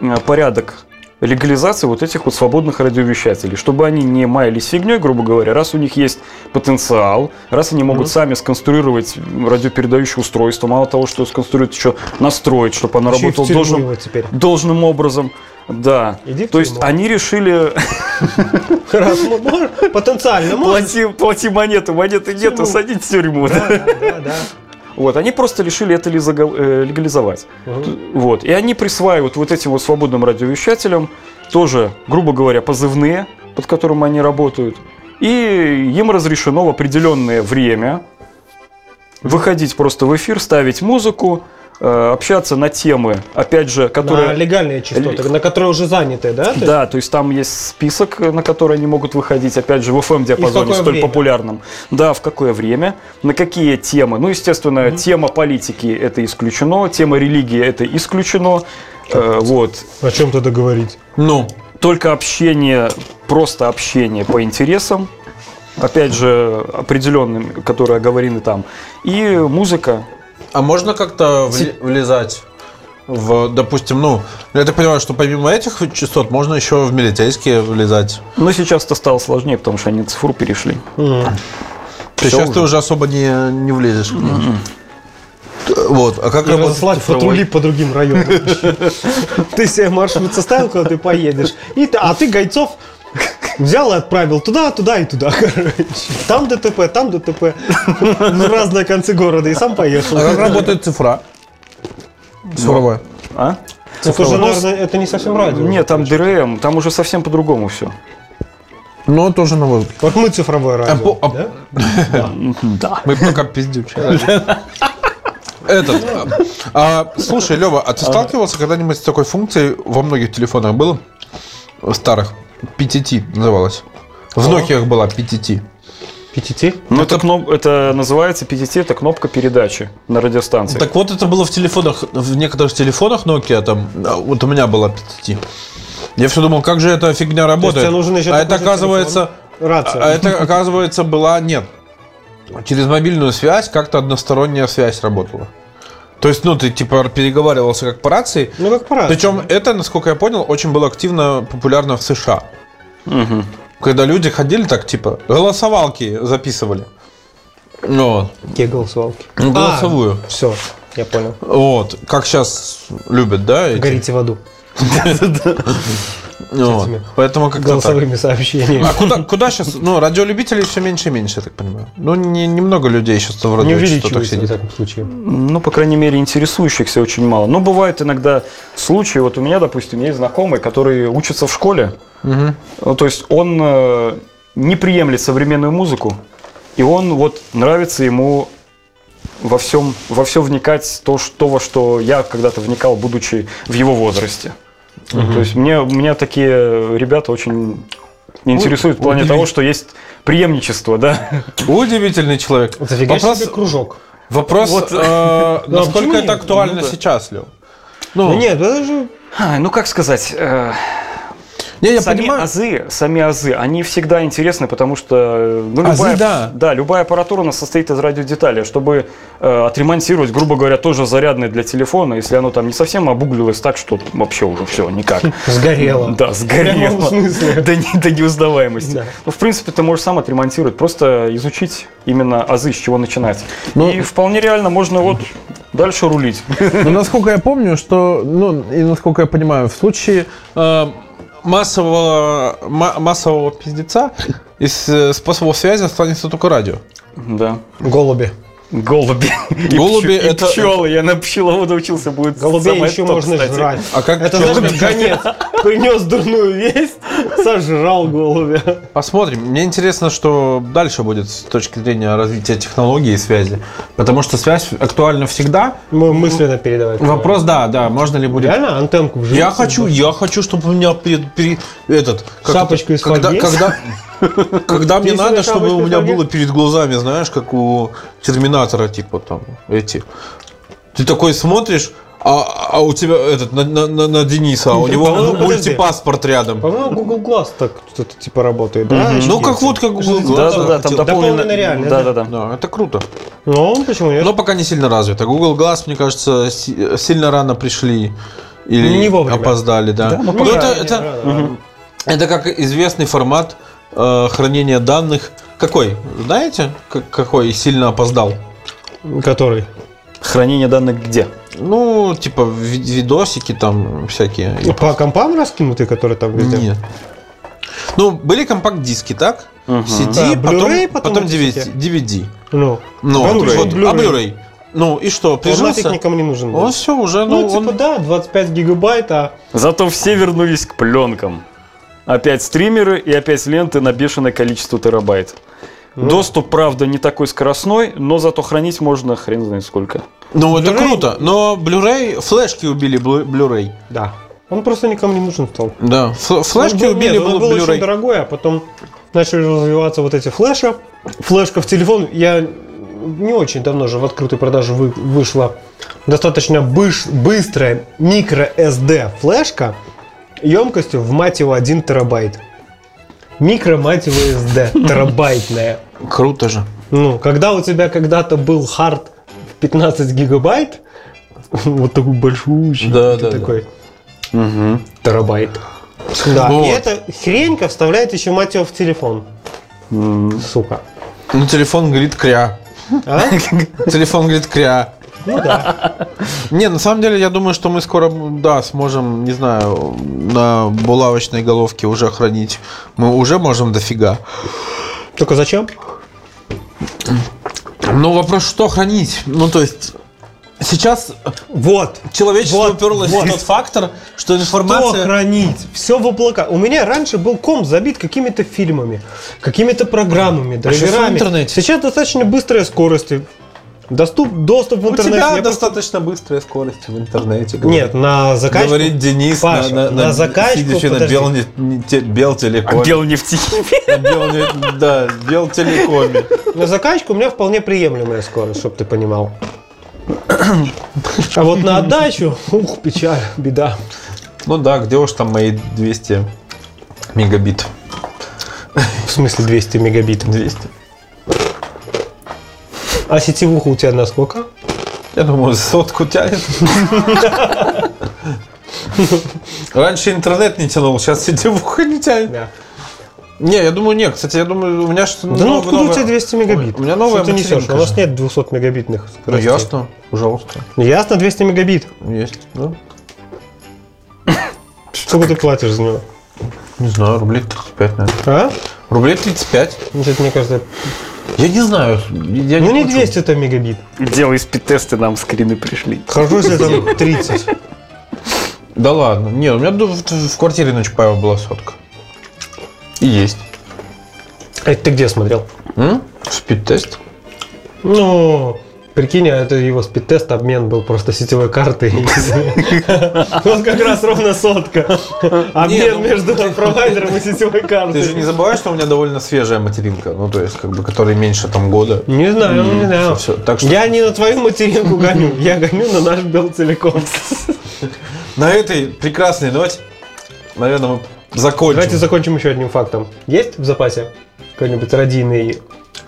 [SPEAKER 2] э, порядок легализации вот этих вот свободных радиовещателей, чтобы они не маялись фигней, грубо говоря, раз у них есть потенциал, раз они могут сами сконструировать радиопередающее устройство, мало того, что сконструируют, еще настроить, чтобы оно
[SPEAKER 3] Ещё и в
[SPEAKER 2] работало
[SPEAKER 3] тюрьму
[SPEAKER 2] должным,
[SPEAKER 3] его теперь.
[SPEAKER 2] должным образом. Да.
[SPEAKER 3] Иди в
[SPEAKER 2] То есть
[SPEAKER 3] тюрьму.
[SPEAKER 2] они решили
[SPEAKER 3] Раз, ну, можно, потенциально
[SPEAKER 2] *laughs*
[SPEAKER 3] можно.
[SPEAKER 2] плати, плати монету, монеты нету, садить в тюрьму.
[SPEAKER 3] Да, да, да.
[SPEAKER 2] Вот, они просто решили это лизага- э, легализовать. Вот, и они присваивают вот этим вот свободным радиовещателям тоже, грубо говоря, позывные, под которым они работают. И им разрешено в определенное время выходить просто в эфир, ставить музыку, э, общаться на темы, опять же,
[SPEAKER 3] На
[SPEAKER 2] которые...
[SPEAKER 3] легальные частоты, на которые уже заняты, да? То есть
[SPEAKER 2] Да, то есть там есть список, на который они могут выходить, опять же, в FM-диапазоне,
[SPEAKER 3] какое
[SPEAKER 2] столь
[SPEAKER 3] время?
[SPEAKER 2] популярном. Да, в какое время, на какие темы. Ну, естественно, тема политики – это исключено, тема религии – это исключено. Э, вот.
[SPEAKER 3] О чем тогда говорить?
[SPEAKER 4] Ну,
[SPEAKER 2] Только общение, просто общение по интересам, опять же, определенным, которые оговорены там. И музыка.
[SPEAKER 4] а можно как-то вли- влезать в, допустим, ну, я так понимаю, что помимо этих частот можно еще в милитейские влезать.
[SPEAKER 2] Но сейчас-то стало сложнее, потому что они на цифру перешли.
[SPEAKER 4] Ты сейчас ты уже особо не, не влезешь. Вот, а как
[SPEAKER 3] И
[SPEAKER 4] работает
[SPEAKER 3] разослать
[SPEAKER 4] цифровой?
[SPEAKER 3] патрули по другим районам. *laughs* Ты себе маршрут составил, куда ты поедешь. И ты- а ты гайцов взял и отправил туда, туда и туда, *laughs* короче. Там ДТП, там ДТП. Ну, В разные концы города. И сам поехал.
[SPEAKER 4] А как работает цифра? Цифровая.
[SPEAKER 2] А?
[SPEAKER 3] Это уже,
[SPEAKER 2] Ну,
[SPEAKER 3] наверное, это не совсем радио.
[SPEAKER 2] Нет, там DRM, там уже совсем по-другому все.
[SPEAKER 6] Но тоже на воздухе.
[SPEAKER 3] Вот мы цифровое радио.
[SPEAKER 4] по- а-
[SPEAKER 3] да?
[SPEAKER 4] Мы пока пиздим вчера. Этот. а, слушай, Лева, а ты сталкивался когда-нибудь с такой функцией во многих телефонах было? Старых. PTT называлась. В Nokia была PTT.
[SPEAKER 3] PTT?
[SPEAKER 2] Ну, это, кноп- это называется PTT, это кнопка передачи на радиостанции.
[SPEAKER 4] Так вот, это было в телефонах, в некоторых телефонах Nokia, там, а, вот у меня была PTT. Я все думал, как же эта фигня
[SPEAKER 3] есть
[SPEAKER 4] работает.
[SPEAKER 3] тебе нужен еще
[SPEAKER 4] а
[SPEAKER 3] такой
[SPEAKER 4] это
[SPEAKER 3] же
[SPEAKER 4] оказывается,
[SPEAKER 3] Рация.
[SPEAKER 4] а это оказывается была нет. Через мобильную связь как-то односторонняя связь работала. То есть, ну, ты типа переговаривался как по рации.
[SPEAKER 3] Ну, как по рации.
[SPEAKER 4] Причем это, насколько я понял, очень было активно популярно в США. Когда люди ходили так, типа, голосовалки записывали. Вот.
[SPEAKER 3] Какие голосовалки?
[SPEAKER 4] Ну, голосовую.
[SPEAKER 3] Все, я понял.
[SPEAKER 4] Вот. Как сейчас любят, да? эти?
[SPEAKER 3] Горите в аду
[SPEAKER 4] Вот.
[SPEAKER 3] этими
[SPEAKER 4] Поэтому как-то так.
[SPEAKER 3] голосовыми сообщениями.
[SPEAKER 4] А куда, куда сейчас? Ну, радиолюбителей все меньше и меньше, я так понимаю. Ну, не- немного людей сейчас в
[SPEAKER 3] Не
[SPEAKER 4] радиочастотах
[SPEAKER 3] увеличивается в
[SPEAKER 4] сидит.
[SPEAKER 3] таком случае.
[SPEAKER 2] Ну, по крайней мере, интересующихся очень мало. Но бывают иногда случаи, вот у меня, допустим, есть знакомый, который учится в школе. Ну, То есть он э, не приемлет современную музыку, и он вот нравится ему во всем, во все вникать то, что, во что я когда-то вникал, будучи в его возрасте. То есть мне, меня такие ребята очень интересуют в плане того, что есть преемничество, да.
[SPEAKER 4] Удивительный человек.
[SPEAKER 3] Зафига
[SPEAKER 4] Вопрос,
[SPEAKER 3] себе кружок.
[SPEAKER 4] вопрос, э,
[SPEAKER 3] Ну, а почему
[SPEAKER 4] насколько это
[SPEAKER 3] нет?
[SPEAKER 4] актуально
[SPEAKER 3] Ну, да.
[SPEAKER 4] сейчас, Лев?
[SPEAKER 3] Ну, нет, это же...
[SPEAKER 2] А, ну, как сказать... э,
[SPEAKER 4] Не, я
[SPEAKER 2] сами
[SPEAKER 3] а
[SPEAKER 4] понимаю.
[SPEAKER 2] азы, сами азы, они всегда интересны, потому что ну,
[SPEAKER 4] Азы,
[SPEAKER 2] любая,
[SPEAKER 4] да.
[SPEAKER 2] любая аппаратура у нас состоит из радиодеталей. Чтобы э, отремонтировать, грубо говоря, тоже зарядное для телефона, если оно там не совсем обуглилось так, что вообще уже все никак.
[SPEAKER 3] Сгорело.
[SPEAKER 2] Да,
[SPEAKER 3] прямом
[SPEAKER 2] сгорело. *laughs*
[SPEAKER 3] смысле.
[SPEAKER 2] До, не- до неузнаваемости.
[SPEAKER 3] Да.
[SPEAKER 2] Ну, в принципе, ты можешь сам отремонтировать, просто изучить именно азы, с чего начинать. И вполне реально можно вот дальше рулить.
[SPEAKER 4] ну,
[SPEAKER 6] Но насколько я помню, что, ну, и насколько я понимаю, в случае
[SPEAKER 4] Э, массового, ма- массового пиздеца из э, способов связи останется только радио.
[SPEAKER 2] Да.
[SPEAKER 3] Голуби.
[SPEAKER 2] Голуби. И
[SPEAKER 4] Голуби
[SPEAKER 2] пчё- и
[SPEAKER 4] это-
[SPEAKER 2] пчелы. Я на пчеловода учился, будет
[SPEAKER 3] Голубей
[SPEAKER 2] самое
[SPEAKER 3] еще
[SPEAKER 2] то,
[SPEAKER 3] можно
[SPEAKER 2] кстати.
[SPEAKER 3] жрать.
[SPEAKER 4] А как
[SPEAKER 3] это
[SPEAKER 4] пчелы?
[SPEAKER 3] знаешь, как конец. Принес дурную весть, сожрал голубя.
[SPEAKER 4] Посмотрим. Мне интересно, что дальше будет с точки зрения развития технологии и связи. Потому что связь актуальна всегда.
[SPEAKER 3] Мы мысленно передавать.
[SPEAKER 4] Вопрос, да, да, можно ли будет...
[SPEAKER 3] Реально антенку вживую.
[SPEAKER 4] Ну, Я хочу, я хочу, чтобы у меня перед, перед- этот... как
[SPEAKER 3] Шапочку
[SPEAKER 4] это-
[SPEAKER 3] из
[SPEAKER 4] когда,
[SPEAKER 3] фольги? *laughs*
[SPEAKER 4] когда, когда мне
[SPEAKER 3] Если
[SPEAKER 4] надо, чтобы
[SPEAKER 3] шапочку
[SPEAKER 4] у
[SPEAKER 3] из
[SPEAKER 4] меня
[SPEAKER 3] фольги?
[SPEAKER 4] было перед глазами, знаешь, как у Терминатора, типа там, эти. Ты такой смотришь, а, а у тебя этот, на, на- на- на Дениса,
[SPEAKER 3] *laughs*
[SPEAKER 4] а у него
[SPEAKER 3] По-моему, подожди.
[SPEAKER 4] мультипаспорт рядом.
[SPEAKER 3] По-моему, Google Glass так что-то типа работает, да?
[SPEAKER 4] Ну, как вот, как Google Glass.
[SPEAKER 2] Да, да, да, там
[SPEAKER 4] хотел.
[SPEAKER 2] дополнено
[SPEAKER 3] Дополнено реально,
[SPEAKER 2] Да, да, да.
[SPEAKER 4] Да, это круто.
[SPEAKER 3] Ну, почему нет?
[SPEAKER 4] Но пока не сильно развито. Google Glass, мне кажется, си- сильно рано пришли или
[SPEAKER 3] Не вовремя.
[SPEAKER 4] опоздали, да.
[SPEAKER 3] ну,
[SPEAKER 4] Но
[SPEAKER 3] пока
[SPEAKER 4] это,
[SPEAKER 3] не
[SPEAKER 4] это-
[SPEAKER 3] рано,
[SPEAKER 4] это как известный формат э, хранения данных. Какой? Знаете, как- какой сильно опоздал?
[SPEAKER 3] Который?
[SPEAKER 2] Хранение данных где?
[SPEAKER 4] Ну, типа ви- видосики там всякие.
[SPEAKER 3] По компам раскинутый, который там Ну, везде?
[SPEAKER 4] Нет. Ну, были компакт-диски, так? CD,
[SPEAKER 3] Да,
[SPEAKER 4] потом,
[SPEAKER 3] Blu-ray,
[SPEAKER 4] потом,
[SPEAKER 3] потом
[SPEAKER 4] DVD.
[SPEAKER 3] DVD.
[SPEAKER 4] DVD.
[SPEAKER 3] Ну,
[SPEAKER 4] Ну,
[SPEAKER 3] Blu-ray.
[SPEAKER 4] вот, а
[SPEAKER 3] Blu-ray.
[SPEAKER 4] Blu-ray? Ну, и что,
[SPEAKER 3] Форматик
[SPEAKER 4] прижился?
[SPEAKER 3] никому не нужен. был.
[SPEAKER 4] Он все уже,
[SPEAKER 3] Ну,
[SPEAKER 4] ну, он-
[SPEAKER 3] типа, да, 25 гигабайт, а
[SPEAKER 2] Зато все вернулись к пленкам. Опять стримеры и опять ленты на бешеное количество терабайт. Доступ, правда, не такой скоростной, но зато хранить можно хрен знает сколько.
[SPEAKER 4] Ну, это
[SPEAKER 3] Blu-ray-
[SPEAKER 4] круто, но Blu-ray, флешки убили Blu- Blu-ray.
[SPEAKER 3] да. Он просто никому не нужен стал.
[SPEAKER 4] Да, фл- флешки
[SPEAKER 3] он Ну, был,
[SPEAKER 4] убили
[SPEAKER 3] нет, он был очень
[SPEAKER 4] Blu-ray.
[SPEAKER 3] дорогой, а потом начали развиваться вот эти флеши. Флешка в телефон, я не очень давно же в открытую продажу вы- вышла достаточно быш- быстрая микро SD флешка емкостью в мать его 1 терабайт. Микро мать его SD, терабайтная.
[SPEAKER 4] Круто же.
[SPEAKER 3] Ну, когда у тебя когда-то был хард в 15 гигабайт, *laughs* вот такой большущий,
[SPEAKER 4] Да,
[SPEAKER 3] ты
[SPEAKER 4] да, да.
[SPEAKER 3] такой терабайт. Да,
[SPEAKER 4] Вот.
[SPEAKER 3] и эта хренька вставляет еще мать его в телефон. Сука.
[SPEAKER 4] Ну, телефон говорит кря.
[SPEAKER 3] А?
[SPEAKER 4] Телефон говорит кря.
[SPEAKER 3] Ну да.
[SPEAKER 4] Не, на самом деле, я думаю, что мы скоро, да, сможем, не знаю, на булавочной головке уже хранить. Мы уже можем дофига.
[SPEAKER 3] *laughs* Только зачем?
[SPEAKER 4] Но вопрос, что хранить? Ну, то есть... Сейчас
[SPEAKER 3] Вот.
[SPEAKER 4] человечество
[SPEAKER 3] Вот,
[SPEAKER 4] уперлось
[SPEAKER 3] вот.
[SPEAKER 4] в тот фактор, что
[SPEAKER 3] Что
[SPEAKER 4] информация...
[SPEAKER 3] хранить? Все в облака. У меня раньше был ком забит какими-то фильмами, какими-то программами,
[SPEAKER 4] всё А в
[SPEAKER 3] драйверами.
[SPEAKER 4] интернете.
[SPEAKER 3] Сейчас достаточно быстрая скорость. и Доступ, доступ в
[SPEAKER 4] У
[SPEAKER 3] интернет.
[SPEAKER 4] тебя
[SPEAKER 3] Я просто-
[SPEAKER 4] достаточно быстрая скорость в интернете.
[SPEAKER 3] Нет, на заказчик.
[SPEAKER 4] Говорит Денис
[SPEAKER 3] Паша,
[SPEAKER 4] на, на,
[SPEAKER 3] на заказчику,
[SPEAKER 4] сидячи на
[SPEAKER 3] подожди.
[SPEAKER 4] бел, не- не те- белтелекоме.
[SPEAKER 2] Отдел нефти.
[SPEAKER 4] На бел не- да, белтелекоме.
[SPEAKER 3] На закачку у меня вполне приемлемая скорость, чтобы ты понимал. А вот на отдачу, ух, печаль, беда.
[SPEAKER 4] Ну да, где уж там мои 200 мегабит.
[SPEAKER 3] В смысле 200 мегабит.
[SPEAKER 4] 200.
[SPEAKER 3] А сетевуха у тебя на сколько?
[SPEAKER 4] Я думаю, сотку тянет. Раньше интернет не тянул, сейчас сетевуха не тянет.
[SPEAKER 3] Да.
[SPEAKER 4] Не, я думаю, нет. Кстати, я думаю, у меня что-то...
[SPEAKER 3] Да ну откуда у тебя 200 мегабит?
[SPEAKER 4] У меня новая
[SPEAKER 3] Что ты несешь?
[SPEAKER 4] материнка
[SPEAKER 3] У нас
[SPEAKER 4] же.
[SPEAKER 3] нет 200 мегабитных
[SPEAKER 4] Ну
[SPEAKER 3] скоростей. Ну,
[SPEAKER 4] ясно, пожалуйста.
[SPEAKER 3] Ясно, 200 мегабит.
[SPEAKER 4] Есть, да?
[SPEAKER 3] Сколько ты платишь за него?
[SPEAKER 4] Не знаю, рублей 35, наверное.
[SPEAKER 3] А?
[SPEAKER 4] Рублей 35?
[SPEAKER 3] Ну, что-то мне кажется...
[SPEAKER 4] Я не знаю. Я
[SPEAKER 3] Ну не
[SPEAKER 4] хочу.
[SPEAKER 3] 200 это мегабит.
[SPEAKER 2] Делай спид-тесты, нам скрины пришли.
[SPEAKER 3] Хорошо,
[SPEAKER 4] *laughs*
[SPEAKER 3] если там 30.
[SPEAKER 4] Да ладно. Не, у меня ду- в, в квартире на Чапаева была сотка. И есть.
[SPEAKER 3] А это ты где смотрел?
[SPEAKER 4] М? Спид-тест.
[SPEAKER 3] Ну, прикинь, а это его спид-тест, обмен был просто сетевой
[SPEAKER 4] *laughs*
[SPEAKER 3] картой. Вот как раз ровно сотка.
[SPEAKER 4] Не, ну-
[SPEAKER 3] Обмен между провайдером и сетевой
[SPEAKER 4] Ты же не
[SPEAKER 3] картой.
[SPEAKER 4] забывай, что у меня довольно свежая материнка. Ну, то есть, как бы, которой меньше там года.
[SPEAKER 3] Не знаю, ну, не знаю.
[SPEAKER 4] Всё, так что
[SPEAKER 3] Я не на твою материнку гоню, я гоню на наш бел целиком.
[SPEAKER 4] на этой прекрасной ноте, наверное, мы закончим.
[SPEAKER 3] Давайте закончим еще одним фактом. Есть в запасе какой-нибудь родийный,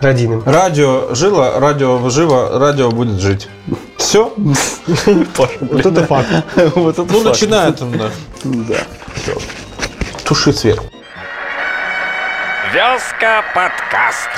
[SPEAKER 3] родийным?
[SPEAKER 4] Радио жило, радио живо, радио будет жить. Все?
[SPEAKER 3] Вот это факт.
[SPEAKER 2] Вот это
[SPEAKER 4] Ну,
[SPEAKER 2] факт.
[SPEAKER 4] начинает он, да.
[SPEAKER 2] Да.
[SPEAKER 4] Туши свет.
[SPEAKER 1] Вязка подкаст.